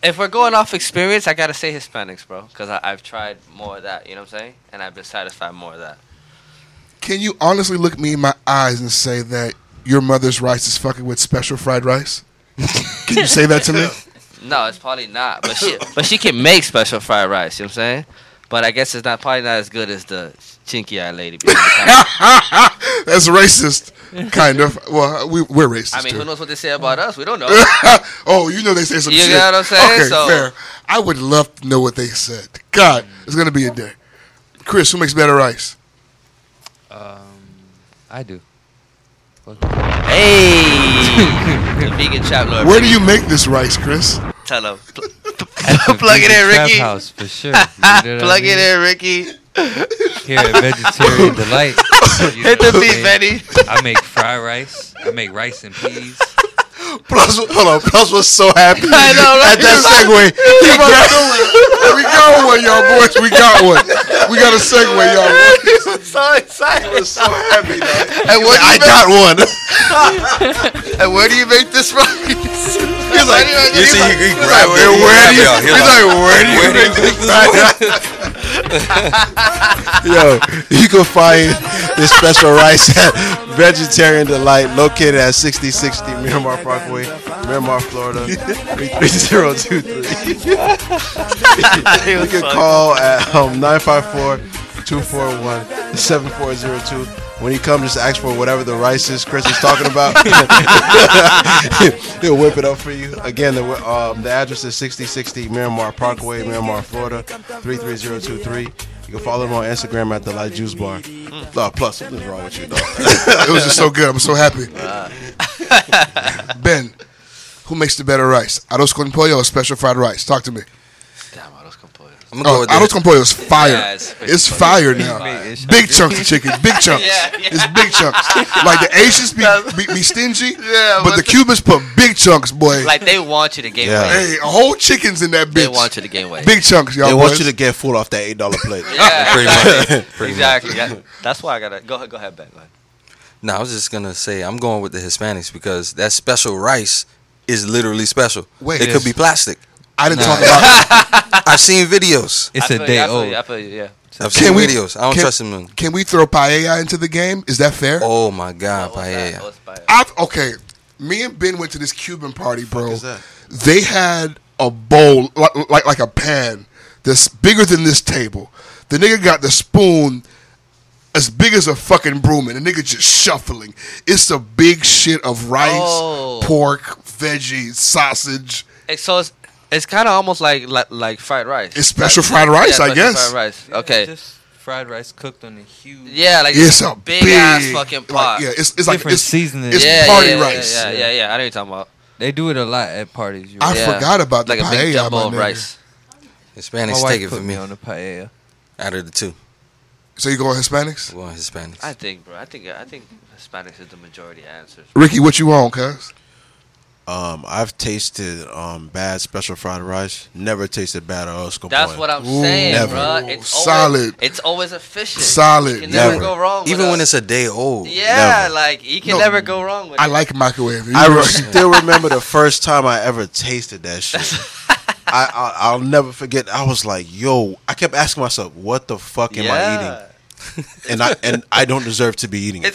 C: if we're going off experience, I gotta say Hispanics, bro, because I've tried more of that. You know what I'm saying? And I've been satisfied more of that.
B: Can you honestly look me in my eyes and say that your mother's rice is fucking with special fried rice? Can you say that to me?
C: No, it's probably not. But she, but she can make special fried rice. You know what I'm saying? But I guess it's not probably not as good as the chinky eye lady. behind the counter.
B: That's racist, kind of. Well, we, we're racist
C: I mean,
B: too.
C: who knows what they say about us? We don't know.
B: oh, you know they say some
C: You
B: shit.
C: get what I'm saying?
B: Okay,
C: So-
B: fair. I would love to know what they said. God, it's gonna be a day. Chris, who makes better rice?
G: Um, I do.
C: hey, the vegan chap lord.
B: Where do you make this rice, Chris?
C: tell him? Pl-
A: Plug it in,
G: Trap
A: Ricky.
G: House for sure. Plug
A: Plug it in, Ricky.
G: Here at Vegetarian Delight.
A: Hit the beat, Betty.
G: I make fried rice. I make rice and peas.
H: Plus, hold on. Plus was so happy
A: I know, right?
H: at that segue.
B: we got one, y'all boys. We got one. We got a segue, y'all. boys.
A: so excited.
H: so happy. Though.
A: And where, do
H: I
A: you
H: got one.
A: make, and where do you make this from? He's like,
F: You see, he, he grabbed
H: where-
F: it. He
H: where do you-
F: grabbed it
H: he's
F: out. He
H: like, where do you
F: Where do you think
H: make this Yo, you can find this special rice at Vegetarian Delight, located at 6060 Miramar Parkway, Miramar, Florida, 33023. you can call at um, 954-241-7402. When you come, just ask for whatever the rice is Chris is talking about. He'll whip it up for you. Again, the, um, the address is 6060 Miramar Parkway, Miramar, Florida, 33023. You can follow them on Instagram at The Light Juice Bar.
C: Mm.
H: Oh, plus, what's wrong with you, dog?
B: It was just so good. I'm so happy. ben, who makes the better rice? Arroz con pollo or special fried rice? Talk to me.
C: Damn, I was complaited.
F: I'm gonna go
B: Oh,
F: with
B: arroz
F: this.
B: con pollo is fire.
C: Yeah, it's
B: it's
C: pretty
B: fire
C: funny.
B: now. Big chunks of chicken. Big chunks.
C: Yeah, yeah.
B: It's big chunks. Like the Asians be, be, be stingy,
A: Yeah,
B: but
A: but
B: the Cubans put big chunks, boy.
C: Like they want you to gain
H: Yeah.
C: weight.
B: hey, a whole chickens in that
C: They
B: bitch.
C: want you to gain weight.
B: Big chunks, y'all.
H: They
B: boys.
H: want you to get food off that eight dollar plate.
C: Yeah,
F: Pretty much. Pretty much.
C: exactly. Yeah, That's why I gotta go ahead. Go ahead, Ben. Like,
F: No, I was just gonna say I'm going with the Hispanics because that special rice is literally special.
B: Wait.
F: it could be plastic.
B: I didn't talk about.
F: I've seen videos.
G: It's
C: I
G: a
C: feel
G: day
C: you, I
F: oh.
C: feel
G: old.
C: you, I feel you. Yeah.
F: I've
B: Can
F: seen
B: we-
F: videos. I don't
B: can-
F: trust them.
B: Can we throw paella into the game? Is that fair?
F: Oh my God,
C: What's that?
F: paella.
C: What's paella?
B: I've okay. Me and Ben went to this Cuban party, bro.
H: is that?
B: They had a bowl like, like like a pan that's bigger than this table. The nigga got the spoon as big as a fucking broom, and the nigga just shuffling. It's a big shit of rice,
C: Oh.
B: pork, veggies, sausage.
C: It's- So it's it's kind of almost like, like like fried rice.
B: It's special fried
C: Yeah,
B: rice, I
C: special
B: guess.
C: Fried rice. Okay.
G: Just fried rice cooked on a huge.
C: Yeah, like
B: It's a
C: big, ass
B: big-
C: fucking
B: like,
C: pot.
B: yeah, it's, it's like
G: Different
B: it's,
G: seasoning.
B: It's
C: yeah,
B: party
C: yeah, yeah,
B: rice.
C: Yeah, yeah, yeah, I know what you're talking about.
G: They do it a lot at parties. You're
B: I
G: right.
C: Yeah.
B: forgot about
C: Like
B: the
C: a big
B: paella, my
C: jumbo of
B: nigga.
C: rice.
G: My
F: Hispanics
G: wife
F: take it
G: put
F: from
G: me
F: me.
G: on the paella.
F: Out of the two,
B: So you going Hispanics?
F: we're on Hispanics.
C: I think, bro. I think I think Hispanics is the majority of answers.
B: Ricky, what you on, cuz?
H: Um, I've tasted um bad special fried rice. Never tasted bad arroz con
C: That's
H: pollo.
C: what I'm
B: Ooh,
C: saying,
H: never.
C: bro.
B: Ooh,
C: It's
B: solid.
C: Always, it's always efficient.
B: Solid.
C: You can never
H: Never.
C: go wrong. With
F: Even when
C: us.
F: it's a day old.
C: yeah,
H: Never.
C: like you
B: No,
C: can never go wrong with.
B: I
C: it.
B: like microwave. You
H: I
B: know-
H: re- still remember the first time I ever tasted that shit. I, I I'll never forget. I was like, "Yo!" I kept asking myself, "What the fuck am
C: yeah.
H: I eating?" And I and I don't deserve to be eating it.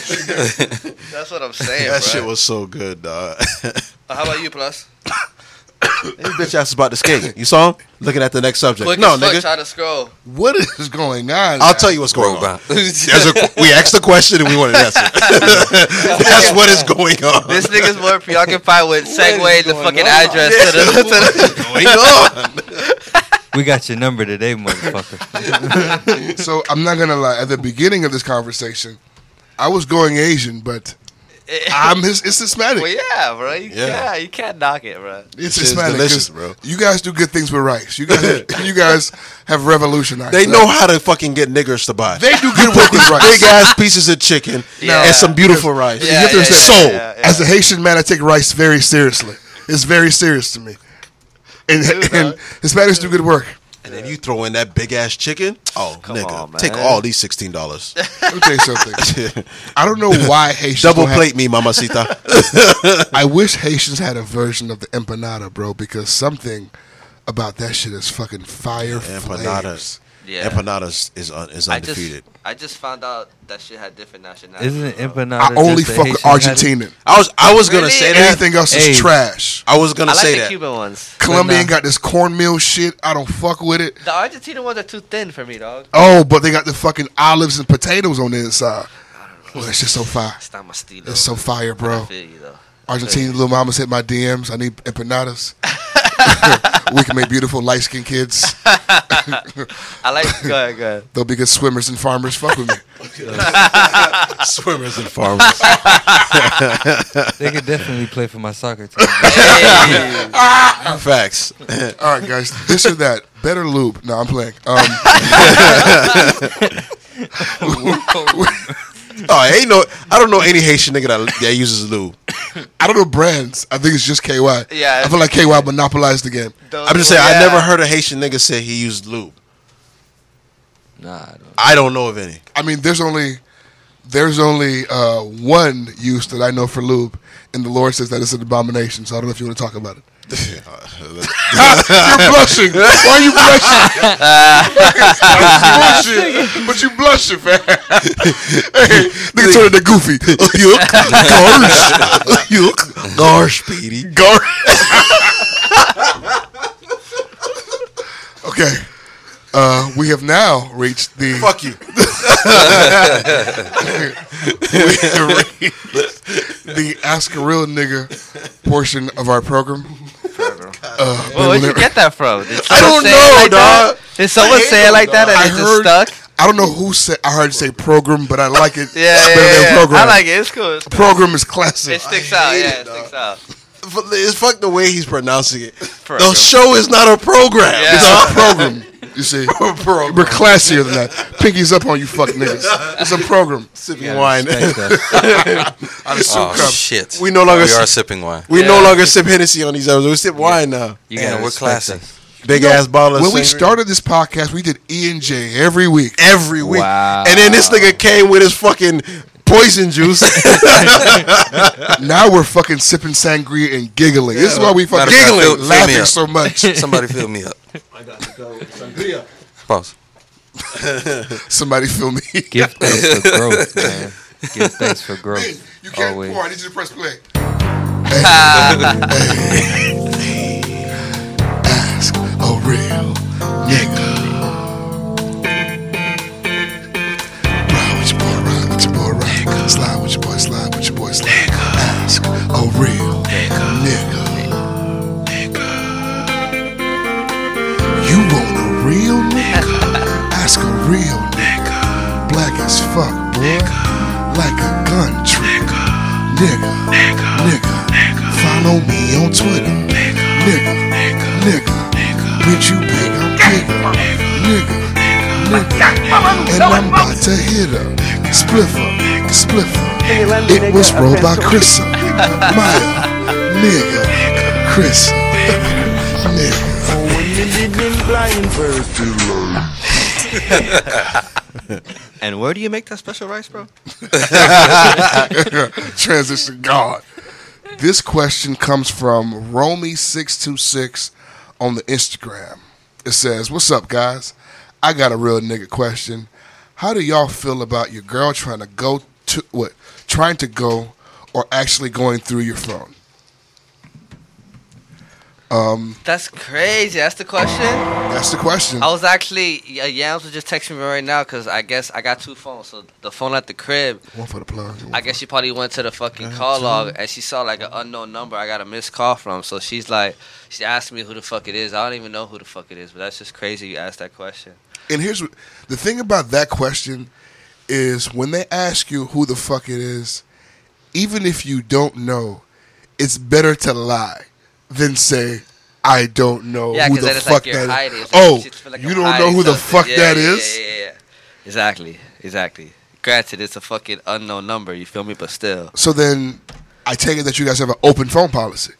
C: That's what I'm saying. bro.
H: That shit was so good, dog. this
C: How about you, plus?
H: bitch ass is about to skate. You saw him looking at the next subject.
C: Quick
H: no,
C: as fuck,
H: nigga.
C: try to scroll.
B: what is going on?
H: I'll tell you what's going on.
F: Robot.
H: There's a, we asked the question and we wanted an answer. That's what is going on.
C: This nigga's more preoccupied with segue
F: is
C: the
F: going
C: fucking
F: on?
C: address to the. To the
H: going on.
G: We got your number today, motherfucker.
B: So I'm not gonna lie. At the beginning of this conversation, I was going Asian, but I'm his. It's Hispanic.
C: well, yeah, bro. You
H: Ah. Yeah.
C: can't, you can't knock it, bro.
B: It's
H: Shit's
B: Hispanic. 'cause
H: delicious, bro.
B: You guys do good things with rice. You guys, you guys have revolutionized.
H: They
B: that.
H: know how to fucking get niggers to buy.
B: They do good work with rice.
H: Big ass pieces of chicken
C: Yeah.
H: and some beautiful rice.
B: You have to
C: Yeah, yeah,
B: understand. so,
C: yeah, yeah, yeah.
B: as a Haitian man, I take rice very seriously. It's very serious to me. And, and Hispanics do good work.
H: And then you throw in that big ass chicken. Oh,
C: Come
H: nigga,
C: on, man.
H: take all these sixteen dollars.
B: Let me tell you something. I don't know why Haitians
H: Double
B: don't have-
H: plate me, mamacita.
B: I wish Haitians had a version of the empanada, bro, because something about that shit is fucking fire.
H: Empanadas,
B: Empanadas.
C: Yeah.
H: empanadas is un, is
C: I just,
H: undefeated.
C: I just found out that shit had different nationalities.
G: Isn't it
C: bro.
G: empanada?
B: I only
G: just a
B: fuck with
G: Haitian hat?
B: Argentinian.
H: I, was I was gonna
C: Really?
H: say that.
B: Anything else
G: Hey.
B: is trash.
H: I was gonna
C: I like
H: say
C: the
H: that.
C: Cuban ones.
B: Colombian got this cornmeal shit. I don't fuck with it.
C: The Argentina ones are too thin for me, dog.
B: Oh, but they got the fucking olives and potatoes on the inside. Well, it's just so fire.
C: It's not my stilo.
B: It's so fire,
C: I
B: bro.
C: feel you though.
B: Argentinian little mamas hit my DMs. I need empanadas. we can make beautiful light skinned kids.
C: I like. Go ahead, go ahead.
B: They'll be good swimmers and farmers. Fuck with me.
H: Swimmers and farmers.
G: They could definitely play for my soccer team.
C: Hey,
H: Facts.
B: All right, guys. This or that. Better lube. No, I'm playing. Um,
H: Oh, ain't no. I don't know any Haitian nigga that, that uses lube.
B: I don't know brands. I think it's just KY.
C: Yeah.
B: I feel like KY monopolized the game.
C: those
H: I'm just
C: were-
H: saying. I
C: yeah.
H: never heard a Haitian nigga say he used lube.
G: nah, I don't.
H: I don't know of any.
B: I mean, there's only there's only uh, one use that I know for lube, and the Lord says that it's an abomination. So I don't know if you want to talk about it. You're blushing. Why are you blushing? That's bullshit. But you blushing, fam. hey, nigga turned into Goofy. Oh, yuck. Garsh. Yuck. Garsh, Petey. Garsh. okay. Uh, we have now reached the.
H: Fuck you.
B: the ask a real nigga portion of our program. Uh,
C: Well, where'd you get that from? Did
B: I
C: someone
B: don't
C: say it
B: know,
C: like that?
B: dog.
C: Did someone say it like that and
B: I
C: it just
B: heard-
C: stuck?
B: I don't know who said. I heard you say program, but I like it.
C: Yeah, yeah,
B: better than
C: yeah.
B: program.
C: I like it. It's cool. It's cool.
B: Program is classic.
C: It sticks out.
H: hate
C: Yeah,
H: it,
C: it,
H: dog.
C: sticks out.
H: But It's fuck the way he's pronouncing it. The
C: Program.
H: show is not a program.
C: Yeah.
H: It's
B: It's a program. You see, we're classier than that. Pinky's up on you, fuck niggas. It's a program.
H: sipping
G: Yeah,
H: wine.
G: respect that.
F: Oh shit!
H: We no
C: Oh,
H: longer
F: we are
H: s-
F: sipping wine.
H: We
C: Yeah.
H: no longer sip Hennessy on these episodes. We sip wine now.
G: You
F: Yeah,
G: gotta
F: we're
G: respect
F: classy.
G: us.
H: Big ass bottle. of
B: When we
H: sangria.
B: started this podcast, we did E and J every week.
H: every week,
G: Wow.
H: and then this nigga came with his fucking poison juice.
B: Now we're fucking sipping sangria and giggling. This is why we fucking
F: Matter of fact,
B: giggling,
F: fill- fill me
B: laughing
F: up.
B: so much.
F: Somebody fill me up. Pause.
B: Somebody feel me.
G: Give thanks for growth, man. Give thanks for growth.
B: You
G: can't Always. pour. I
B: need you to press play. Ask a real nigga. Ride with your boy, ride with your boy, ride. Slide with your boy, slide with your boy, slide. Ask a real nigga. You want a real nigga? Ask a real nigga. Black as fuck, boy. Like a gun trick. Nigga. Nigga. Follow me on Twitter. Nigga. Nigga. Nigga. Bitch, you big, I'm bigger. Nigga. Nigga. And I'm about to hit her. Spliffer. Spliffer. It was rolled by Chrissa. Maya. Nigga. Chris. Nigga.
C: And where do you make that special rice, bro?
B: transition God. This question comes from Romy626 on the Instagram. It says, What's up, guys? I got a real nigga question. How do y'all feel about your girl trying to go to what? Trying to go or actually going through your phone?
C: That's crazy. That's the question.
B: That's the question.
C: I was actually yeah, Yams was just texting me right now because I guess I got two phones. So the phone at the crib,
B: One for the plug.
C: I guess she probably went to the fucking call log and she saw like an unknown number I got a missed call from. So she's like, she asked me who the fuck it is. I don't even know who the fuck it is, but that's just crazy. You asked that question.
B: And here's what, the thing about that question is when they ask you who the fuck it is, even if you don't know, it's better to lie than say I don't know
C: Yeah,
B: who
C: because
B: the
C: then it's
B: fuck
C: like
B: that
C: you're
B: is.
C: hiding. It's like
B: oh,
C: she feel like
B: you
C: I'm
B: don't know
C: hiding
B: who the
C: something.
B: fuck
C: Yeah,
B: that
C: yeah,
B: is.
C: Yeah, yeah, yeah. Exactly, exactly. Granted, it's a fucking unknown number. You feel me? But still,
B: So then, I take it that you guys have an open phone policy.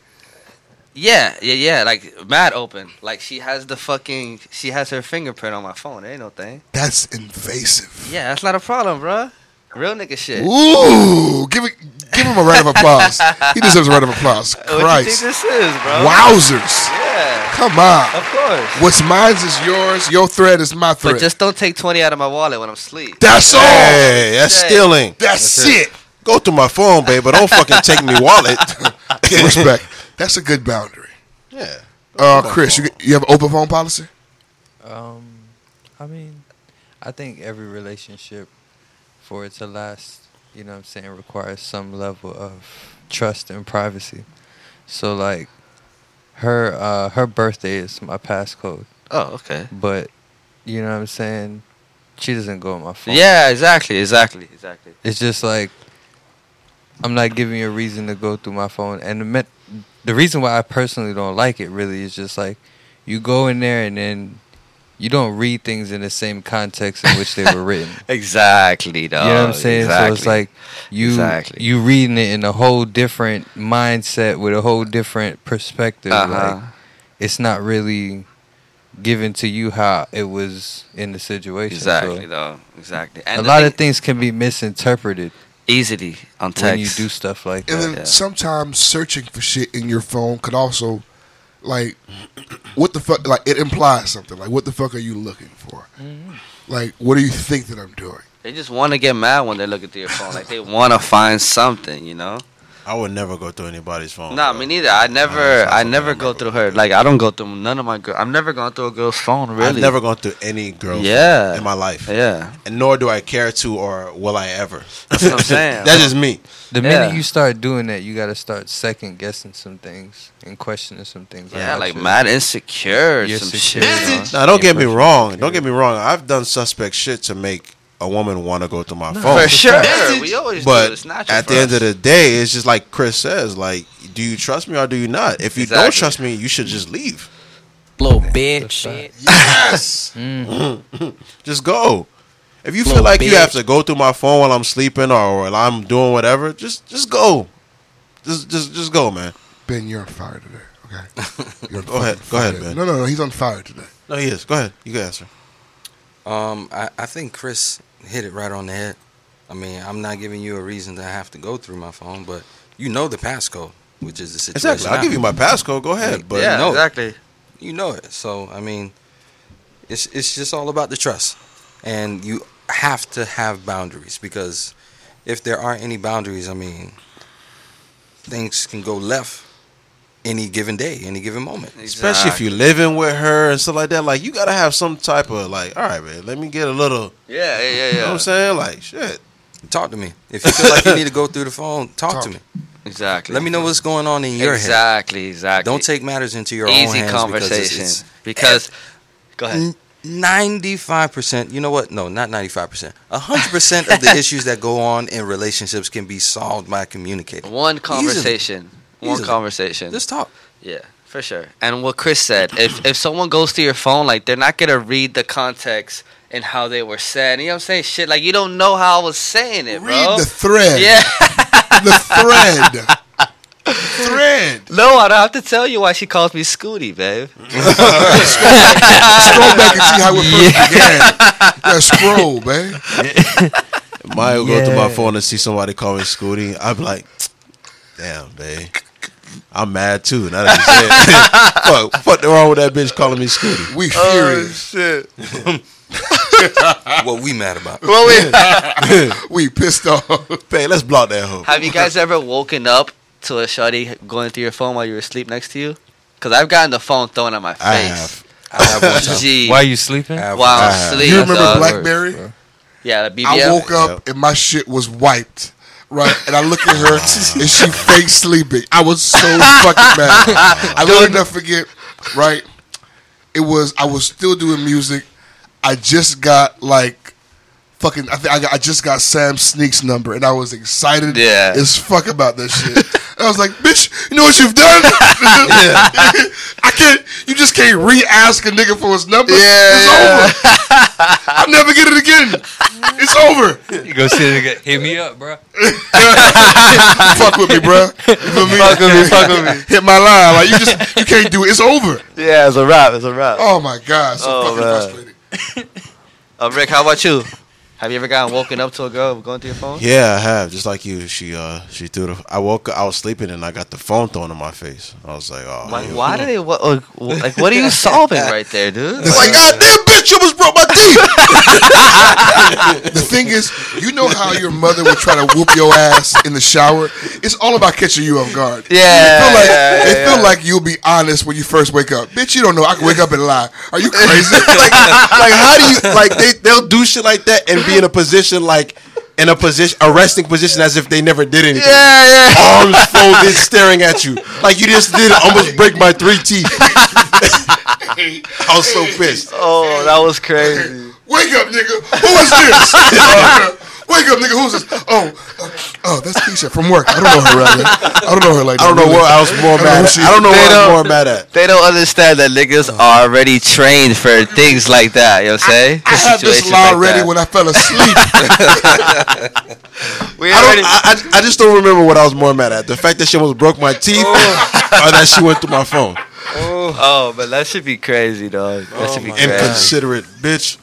C: yeah, yeah, yeah. Like mad open. Like she has the fucking, she has her fingerprint on my phone. It ain't no thing.
B: That's invasive.
C: Yeah, that's not a problem, bruh. Real nigga shit.
B: Ooh, give it, give him a round of applause. he deserves a round of applause.
C: What you think
B: Christ,
C: this is, bro?
B: wowzers!
C: Yeah,
B: Come on.
C: of course.
B: What's mine is yours. Your thread is my thread.
C: But just don't take twenty out of my wallet when I'm asleep.
B: that's all.
H: hey, that's
C: Shit.
H: stealing.
B: that's, it.
H: Go through my phone, babe, but don't fucking take me wallet.
B: Respect. That's a good boundary.
H: yeah.
B: Uh, Chris, you, you have an open phone policy?
G: Um, I mean, I think every relationship, for it to last, you know what I'm saying, requires some level of trust and privacy. So, like, her uh, her birthday is my passcode,
C: Oh, okay.
G: but you know what I'm saying. She doesn't go on my phone.
C: Yeah, exactly, exactly, exactly.
G: It's just like I'm not giving you a reason to go through my phone. And the, met, the reason why I personally don't like it really is just like you go in there and then you don't read things in the same context in which they were written.
C: Exactly, dog.
G: You know what I'm saying? So it's like you
C: Oh, Exactly.
G: you reading it in a whole different mindset with a whole different perspective.
C: Uh-huh.
G: Like it's not really given to you how it was in the situation.
C: exactly,
G: So
C: dog. Exactly.
G: a
C: And the
G: lot of
C: thing-
G: things can be misinterpreted
C: easily on text.
G: when you do stuff like
B: And
G: that.
B: then sometimes searching for shit in your phone could also like what the fuck like it implies something like what the fuck are you looking for
H: Mm-hmm.
B: like what do you think that i'm doing
C: They just want to get mad when they look at your phone. Like they want to find something, you know.
H: I would never go through anybody's phone.
C: No,
H: bro.
C: me neither. I never,
H: that's
C: I
H: something
C: never
H: I
C: go
H: never-
C: through her. Like I don't go through none of my girl. I've never gone through a girl's phone. Really.
H: I've never gone through any girl
C: Yeah.
H: in my life,
C: Yeah.
H: and nor do I care to, or will I ever.
C: That's what I'm saying.
H: That's just me.
G: The minute
C: Yeah.
G: you start doing that, you got to start second guessing some things and questioning some things.
C: Yeah,
G: about
C: like
G: your-
C: mad insecure, or
G: your
C: some shit.
G: security.
C: you know?
H: Now, don't
G: Yeah,
H: get me
G: for
H: wrong. Don't get me wrong. I've done suspect shit to make a woman want to go through my phone.
C: For sure,
A: That's
C: we always do.
H: But
C: It's natural.
H: at the end of the day, it's just like Chris says: like, do you trust me or do you not? If you don't
C: Exactly.
H: trust me, you should just leave.
I: Little bitch.
A: Yes.
H: Mm. Just go. If you feel like you have to go through my phone while I'm sleeping or while I'm doing whatever, just just go. Just just just go, man.
B: ben you're on fire today okay You're on fucking
H: Go ahead. Go ahead,
B: fire.
H: Ben.
B: no no no he's on fire today
H: No, he is. Go ahead. You can answer.
F: Um, I, I think Chris hit it right on the head. I mean, I'm not giving you a reason to have to go through my phone, but you know the passcode, which is the situation.
H: Exactly. I'll
F: now.
H: give you my passcode. Go ahead. But
F: Yeah,
C: yeah,
F: no.
C: exactly.
F: you know it. So I mean, it's it's just all about the trust, and you have to have boundaries because if there aren't any boundaries, I mean, things can go left any given day, any given moment.
H: especially if you're living with her and stuff like that, like you gotta have some type of like, all right, man, let me get a little
C: Yeah, yeah, yeah,
H: you know what
C: yeah.
H: I'm saying? Like shit.
F: Talk to me if you feel like you need to go through the phone. Talk,
B: Talk.
F: to me.
C: Exactly.
F: Let me know what's going on in your head.
C: Exactly, exactly.
F: Don't take matters into your own
C: e-, easy
F: hands
C: conversation because. Go ahead.
F: Ninety-five percent. You know what? No, not ninety-five percent. hundred percent of the issues that go on in relationships can be solved by communicating.
C: One conversation. One
F: Easily.
C: conversation.
F: Just talk.
C: Yeah, for sure. And what Chris said, if if someone goes to your phone, like they're not gonna read the context and how they were said. You know what I'm saying? Shit, like you don't know how I was saying it, bro.
B: read the thread
C: yeah.
B: the thread thread
C: No, I don't have to tell you why she calls me Scooty, babe.
B: scroll back and see how it first began yeah scroll man
H: My go to my
G: Yeah.
H: phone and see somebody call me Scooty. I'm like, damn, babe. I'm mad too. Now that you said it. fuck, fuck wrong with that bitch calling me Scooty.
B: we furious
A: Shit.
F: what we mad about.
A: Well, wait.
B: we pissed off
H: Babe, let's block that hoe.
C: Have you guys ever woken up to a shorty going through your phone while you were asleep next to you? Because I've gotten the phone thrown at my face.
H: I have.
F: I have one time.
C: Gee,
G: Why are you sleeping?
F: I have
C: while
F: one
C: I'm
F: time.
H: have.
C: asleep.
B: you remember
C: dog.
B: blackberry
C: Yeah, the BBM.
B: I woke up and my shit was wiped. Right, and I look at her and she fake sleeping. I was so fucking mad. I will never forget. Right, it was. I was still doing music. I just got like fucking. I think I, got, I just got Sam Sneak's number, and I was excited
C: Yeah.
B: as fuck about that shit. And I was like, "Bitch, you know what you've done? I can't. You just can't re-ask a nigga for his number.
A: Yeah,
B: it's
A: yeah.
B: over. I'll never get it again. It's over.
G: You go sit and get, hit me up, bro.
B: fuck with me, bro. You feel me? Fuck with me. Fuck with me. Hit my line. Like you just you can't do it. It's over.
A: Yeah, it's a wrap. It's a wrap.
B: Oh my god. So
C: Oh,
B: fucking
C: man.
B: frustrating.
C: Uh, Rick, how about you? Have you ever gotten woken up to a girl going through your phone?
H: Yeah, I have. Just like you, she uh she threw the I woke up I was sleeping and I got the phone thrown in my face. I was like, oh
C: Like,
H: man.
C: why do they? What, like, wh- like, what are you solving right there, dude?
B: It's like, god damn bitch, you almost broke my teeth. the thing is, you know how your mother would try to whoop your ass in the shower? It's all about catching you off guard.
C: Yeah,
B: They feel like,
C: yeah,
B: they
C: yeah.
B: feel like you'll be honest when you first wake up. Bitch, you don't know. I can wake up and lie. Are you crazy? like,
H: like how do you like they they'll do shit like that and be in a position like in a position a resting position as if they never did anything.
C: yeah, yeah.
H: Arms folded, staring at you like you just did almost break my three teeth. I was so pissed.
C: Oh, that was crazy.
B: Wake up, nigga. Who is this? Uh, Wake up, nigga. Who's this? Oh, uh, oh, that's Keisha from work. I don't know her right now. I don't know her like
H: I don't know what I was more mad. At. I don't know
C: They
H: what I
C: don't-
H: was more mad at.
C: They don't understand that niggas are already trained for things like that. You know what I'm saying?
B: I had this
C: Situations
B: law
C: like
B: ready
C: that.
B: when I fell asleep.
C: we
H: I
C: already.
H: don't. I, I, I just don't remember what I was more mad at. The fact that she almost broke my teeth, or that she went through my phone.
C: oh, but that should be crazy, dog. That should be crazy.
H: Inconsiderate bitch.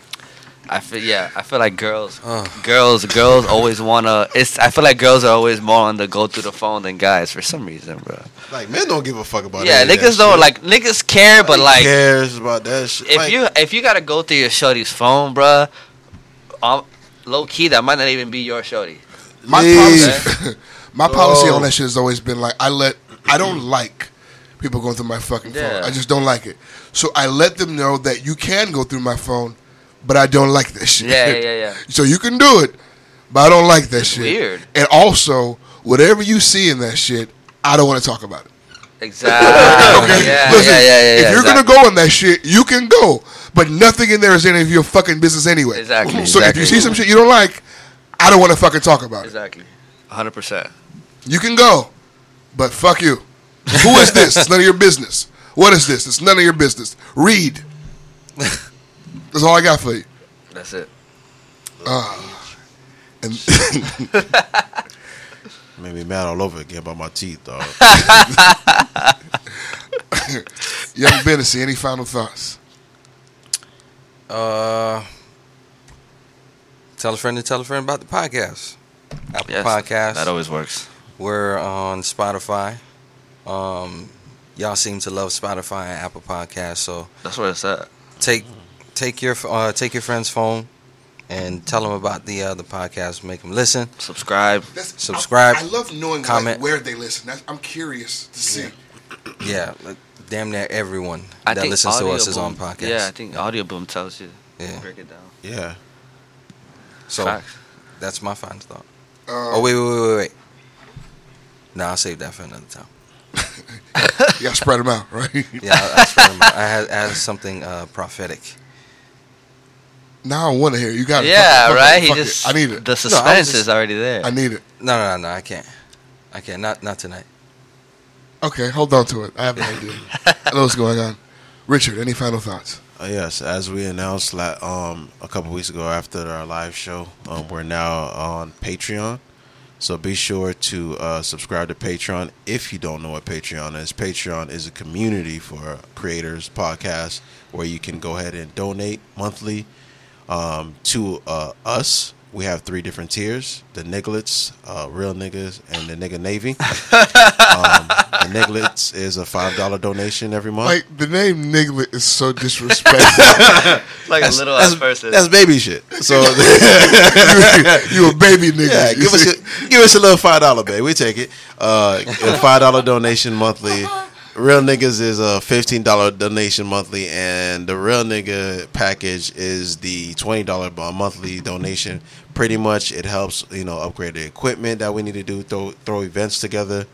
C: I feel yeah. I feel like girls, girls, girls always wanna. It's. I feel like girls are always more on the go through the phone than guys for some reason, bro.
H: Like men don't give a fuck about.
C: yeah,
H: any of Oh, that
C: niggas don't
H: shit.
C: like niggas care, but like
H: cares about that shit.
C: if
H: Like,
C: you if you gotta go through your shorty's phone, bro, um, low key that might not even be your shorty.
B: My
C: Leave.
B: policy, my policy
H: Oh.
B: on that shit has always been like I let I don't like people going through my fucking phone.
C: Yeah.
B: I just don't like it. So I let them know that you can go through my phone, but I don't like that shit.
C: Yeah, yeah, yeah.
B: So you can do it, but I don't like that shit.
C: Weird.
B: And also, whatever you see in that shit, I don't want to talk about it.
C: Exactly. yeah,
B: Listen,
C: yeah, yeah, yeah,
B: if you're
C: exactly.
B: gonna go on that shit, you can go. But nothing in there is any of your fucking business anyway.
C: Exactly,
B: So if you
C: exactly.
B: see some shit you don't like, I don't want to fucking talk about it.
C: exactly, hundred percent.
B: You can go, but fuck you. Who is this? It's none of your business. What is this? It's none of your business. Read. That's all I got for you. Uh,
C: That's it.
B: And
H: made me mad all over again about my teeth, dog.
B: young Bennessy, any final thoughts?
F: Uh, tell a friend to tell a friend about the podcast. Apple
C: Yes,
F: Podcast.
C: That always works.
F: We're on Spotify. Um, y'all seem to love Spotify and Apple Podcasts, so
C: That's where it's at.
F: take take your uh, take your friend's phone and tell them about the uh, the podcast. Make them listen.
C: Subscribe.
B: That's,
F: Subscribe,
B: I, love knowing like,
F: comment.
B: where they listen. That's, I'm curious to see.
F: Yeah, like, damn near everyone
C: I
F: that
C: think
F: listens to
C: Audio
F: us is on
C: Boom-
F: podcast.
C: Yeah, I think Audio Boom tells you.
F: Yeah.
C: Break it down.
H: yeah.
F: So
C: Facts.
F: that's my final thought.
B: Uh,
F: Oh wait, wait, wait, wait, wait. Nah, I'll save that for another time.
B: Y'all spread them out, right?
F: Yeah, I, I, swear to God, I had, I had something uh, prophetic.
B: Now I want to hear. it. You got it.
C: yeah,
B: Fuck it, fuck
C: right.
B: it,
C: He
B: fuck it.
C: just
B: I need it.
C: The suspense
F: just-
C: is already there.
B: I need it.
F: No, no, no, no, I can't. I can't. Not, not tonight.
B: Okay, hold on to it. I have an idea. I know what's going on. Richard, any final thoughts?
H: Uh, yes, as we announced la- um, a couple weeks ago after our live show, um, we're now on Patreon. So be sure to uh, subscribe to Patreon if you don't know what Patreon is. Patreon is a community for creators, podcasts, where you can go ahead and donate monthly um, to uh, us. We have three different tiers: the Nigglets, uh, real niggas, and the nigga Navy. um, the Nigglets is a five dollar donation every month.
B: Like the name Niglet is so disrespectful.
C: like a little ass person.
H: That's baby shit. So
B: you a baby nigga.
H: yeah,
B: you
H: give us
B: see?
H: a, give us a little five dollar, babe. We take it. Uh, a five dollar donation monthly. Real niggas is a fifteen dollar donation monthly, and the real nigga package is the twenty dollar monthly donation. Pretty much, it helps you know upgrade the equipment that we need to do, throw throw events together,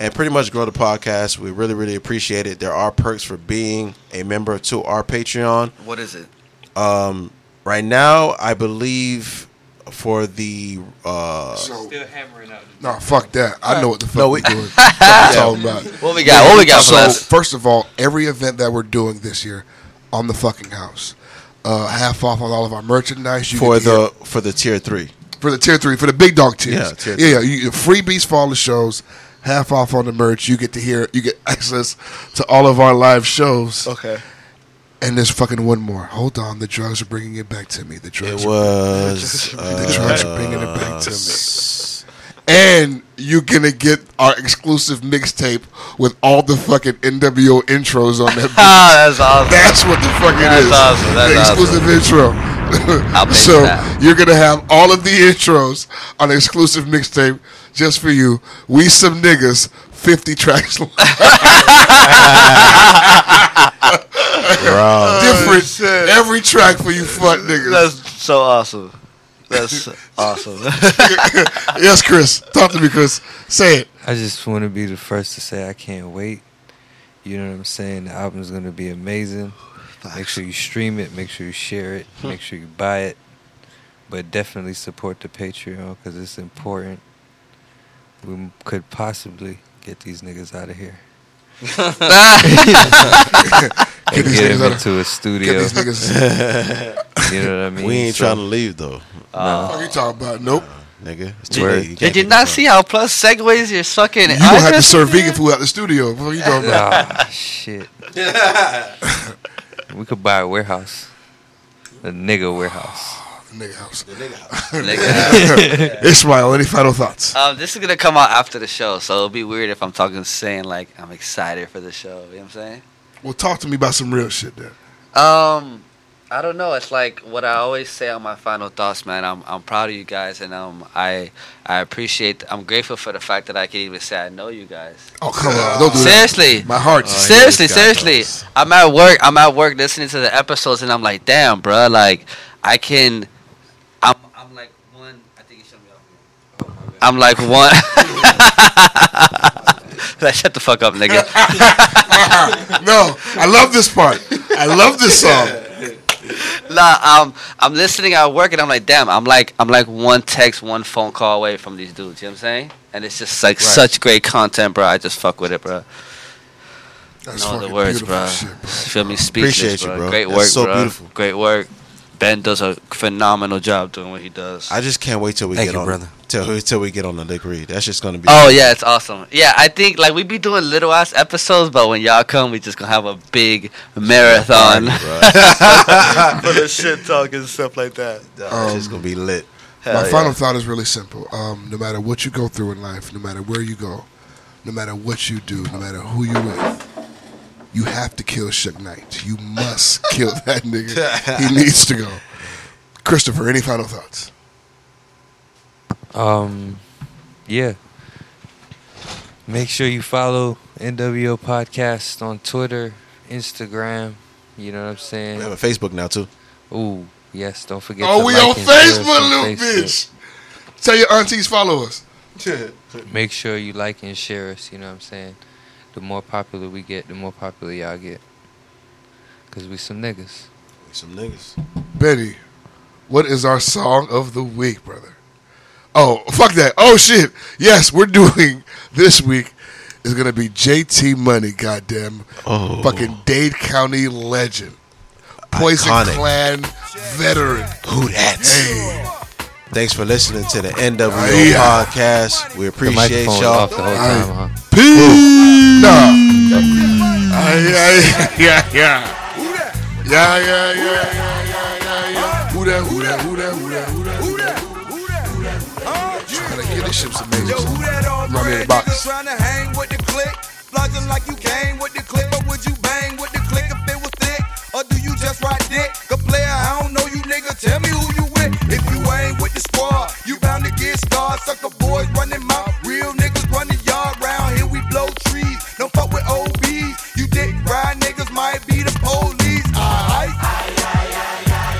H: and pretty much grow the podcast. We really really appreciate it. There are perks for being a member to our Patreon.
C: what is it?
H: Um, right now, I believe for the uh,
B: So,
J: hammering out.
B: nah, fuck that. I know what the fuck
H: No,
B: we're
H: we-
B: doing. Fuck you talking about.
C: What we got? What we got
B: so,
C: for us?
B: first of all, every event that we're doing this year on the fucking house, uh, half off on all of our merchandise. You
H: for
B: get to
H: the for the tier three.
B: get- for the tier three for the big dog tiers.
H: Yeah, tier
B: yeah, yeah. You, freebies for all the shows. Half off on the merch. You get to hear. You get access to all of our live shows.
H: Okay,
B: And there's fucking one more. Hold on, the drugs are bringing it back to me. The drugs.
H: it
B: are-
H: was
C: Uh,
B: The trash bringing it back to me.
H: me.
B: and you're gonna get our exclusive mixtape with all the fucking NWO intros on that. bitch.
C: Ah, that's awesome.
B: That's what the fuck it
C: That's
B: is.
C: awesome. That's
B: the exclusive intro.
C: I'll pay
B: so
C: for that.
B: you're gonna have all of the intros on an exclusive mixtape just for you. We some niggas, fifty tracks, long.
C: Oh,
H: Bro,
B: different every track for you, fuck niggas.
C: That's so awesome. That's awesome.
B: yes, Chris, talk to me, Chris. Say it.
G: I just want to be the first to say I can't wait. You know what I'm saying? The album's going to be amazing. Make sure you stream it. Make sure you share it. Make sure you buy it. But definitely support the Patreon because it's important. We m- could possibly get these niggas out of here.
B: Get
G: And
B: these
G: get
B: niggas
G: them
B: outta-
G: into a
B: Get
G: studio.
B: these niggas.
G: You know what I mean?
H: we ain't
G: So-
H: trying to leave though,
B: What are you talking about? Nope.
H: nigga. It's
G: Word.
H: You can't
C: Did you
H: keep
C: not
H: it
C: see how Plus segues your fucking?
B: You don't have to serve vegan food out the studio. What are you talking about?
G: Ah, shit. we could buy a warehouse. The nigga warehouse.
B: Nigga house.
C: Nigga house.
B: Ishmael, any final thoughts?
C: Um, this is gonna come out after the show, so it'll be weird if I'm talking saying like I'm excited for the show. You know what I'm saying?
B: Well, talk to me about some real shit then.
C: Um, I don't know. It's like what I always say on my final thoughts, man. I'm I'm proud of you guys, and um, I I appreciate. I'm grateful for the fact that I can even say I know you guys.
B: Oh come on, don't do that.
C: Seriously,
B: My heart.
C: seriously, seriously. I'm at work. I'm at work listening to the episodes, and I'm like, damn, bro. Like, I can. I'm. I'm like one. I think you shut me off. I'm like one. like, shut the fuck up, nigga.
B: no, I love this part. I love this song.
C: Nah, um, I'm listening at work and I'm like, damn, I'm like, I'm like one text, one phone call away from these dudes. You know what I'm saying? And it's just like
B: Right.
C: such great content, bro. I just fuck with it, bro.
B: That's
C: no other
B: fucking
C: words,
B: beautiful
C: bro.
B: shit, bro.
C: Feel me, speechless,
K: Appreciate you,
C: bro.
K: bro.
C: Great
K: That's
C: work,
K: so
C: bro.
K: beautiful.
C: Great work. Ben does a phenomenal job doing what he does.
K: I just can't wait till we
F: Thank
K: get
F: you,
K: on
F: brother.
K: Till, till we get on the degree. That's just gonna be.
C: Oh yeah, it's awesome. Yeah, I think like we be doing little ass episodes, but when y'all come, we just gonna have a big marathon.
L: for the shit talk and stuff like that.
K: It's just gonna be lit.
B: My
C: Hell yeah.
B: final thought is really simple. Um, no matter what you go through in life, no matter where you go, no matter what you do, no matter who you with, you have to kill Shook Knight. You must kill that nigga. He needs to go. Christopher, any final thoughts?
G: Um, yeah. Make sure you follow NWO Podcast on Twitter, Instagram. You know what I'm
K: We have a
G: saying?
K: Facebook now too.
G: Ooh, yes. Don't forget.
B: Oh,
G: to
B: we
G: like
B: on
G: and share us
B: Facebook,
G: on
B: little
G: Facebook.
B: bitch. Tell your aunties follow us.
G: Make sure you like and share us. You know what I'm saying? The more popular we get, the more popular y'all get. Cause we some niggas.
K: Some niggas.
B: Benny, what is our song of the week, brother? Oh, fuck that. Oh, shit. Yes, we're doing this week is going to be JT Money, goddamn.
K: Oh.
B: Fucking Dade County legend. Poison
K: Iconic.
B: Clan veteran.
K: Who that?
B: Hey.
K: Thanks for listening to the NWO
B: Yeah.
K: podcast. We
G: The
K: appreciate
G: microphone was
K: y'all.
G: off the whole time, huh?
B: Peace. Nah. Ay, ay, yeah, yeah. Yeah, yeah, yeah, yeah, yeah, yeah, yeah. Who that, who that, who that, who that, who that, who that? Tryna get this shit some
H: Yo,
B: amazing.
H: who that all
B: Run me in the
H: bread
B: box.
H: nigga tryna hang with the click? Flogging like you came with the click, but would you bang with the click if it was thick? Or do you just ride dick? The player, I don't know you nigga, tell me who you with. If you ain't with the squad, you bound to get starred. Sucker boys running mouth, real niggas running yard. Round here we blow trees, don't fuck with OBs. You dick ride niggas might be the police. Aight, aight,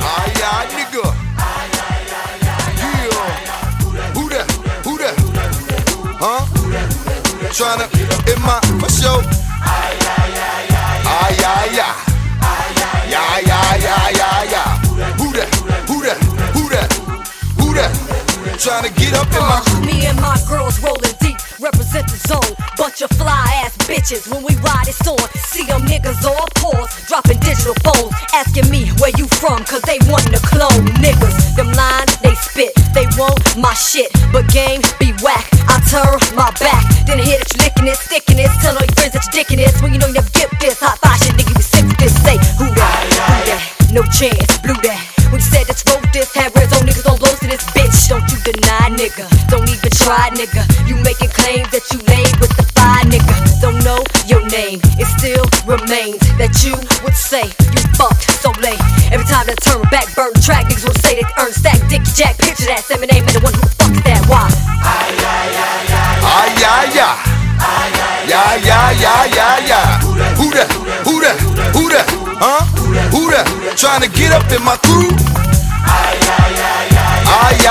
H: aight, nigga. Yeah, who that, who that? huh? Tryna in my for show. Ay ay ay, ya ya ya ya ya. Who that? Who that? Who that? Who that? Tryna get up in my.
E: Me and my girls rolling deep, represent the zone. Bunch of fly ass bitches when we ride it's on. See them niggas all pause, dropping digital phones. Asking me where you from, cause they wantin' to clone niggas. Them lines they spit, they want my shit. But game be whack, I turn my back. Then hit it, you licking it, sticking it. Tell all your friends that you dicking it. When you know you never get this, hot five shit, nigga, you sick with this. Say who that, who that, no chance, blew that. When you said that you wrote this, had reds on niggas on blows to this bitch. Don't you deny, nigga. Don't even try, nigga. You making claims that you laid with the fire, nigga. Don't know your name. It still remains that you would say you fucked so late. Every time they turn back, burn track, niggas would say they earned stack. Dick Jack, picture that. Seven name and the one who the fuck is that. Why?
H: Ay ay ay, ya ya ya ya ya. Who that? Who that? Who that? Huh? Who that? Tryna get up in my crew. Ay ay ay,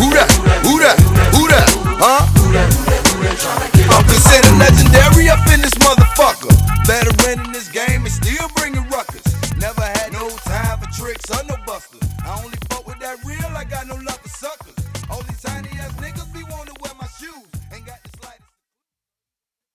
H: Who that? Who that? Who that? Huh? I'm presenting legendary up in the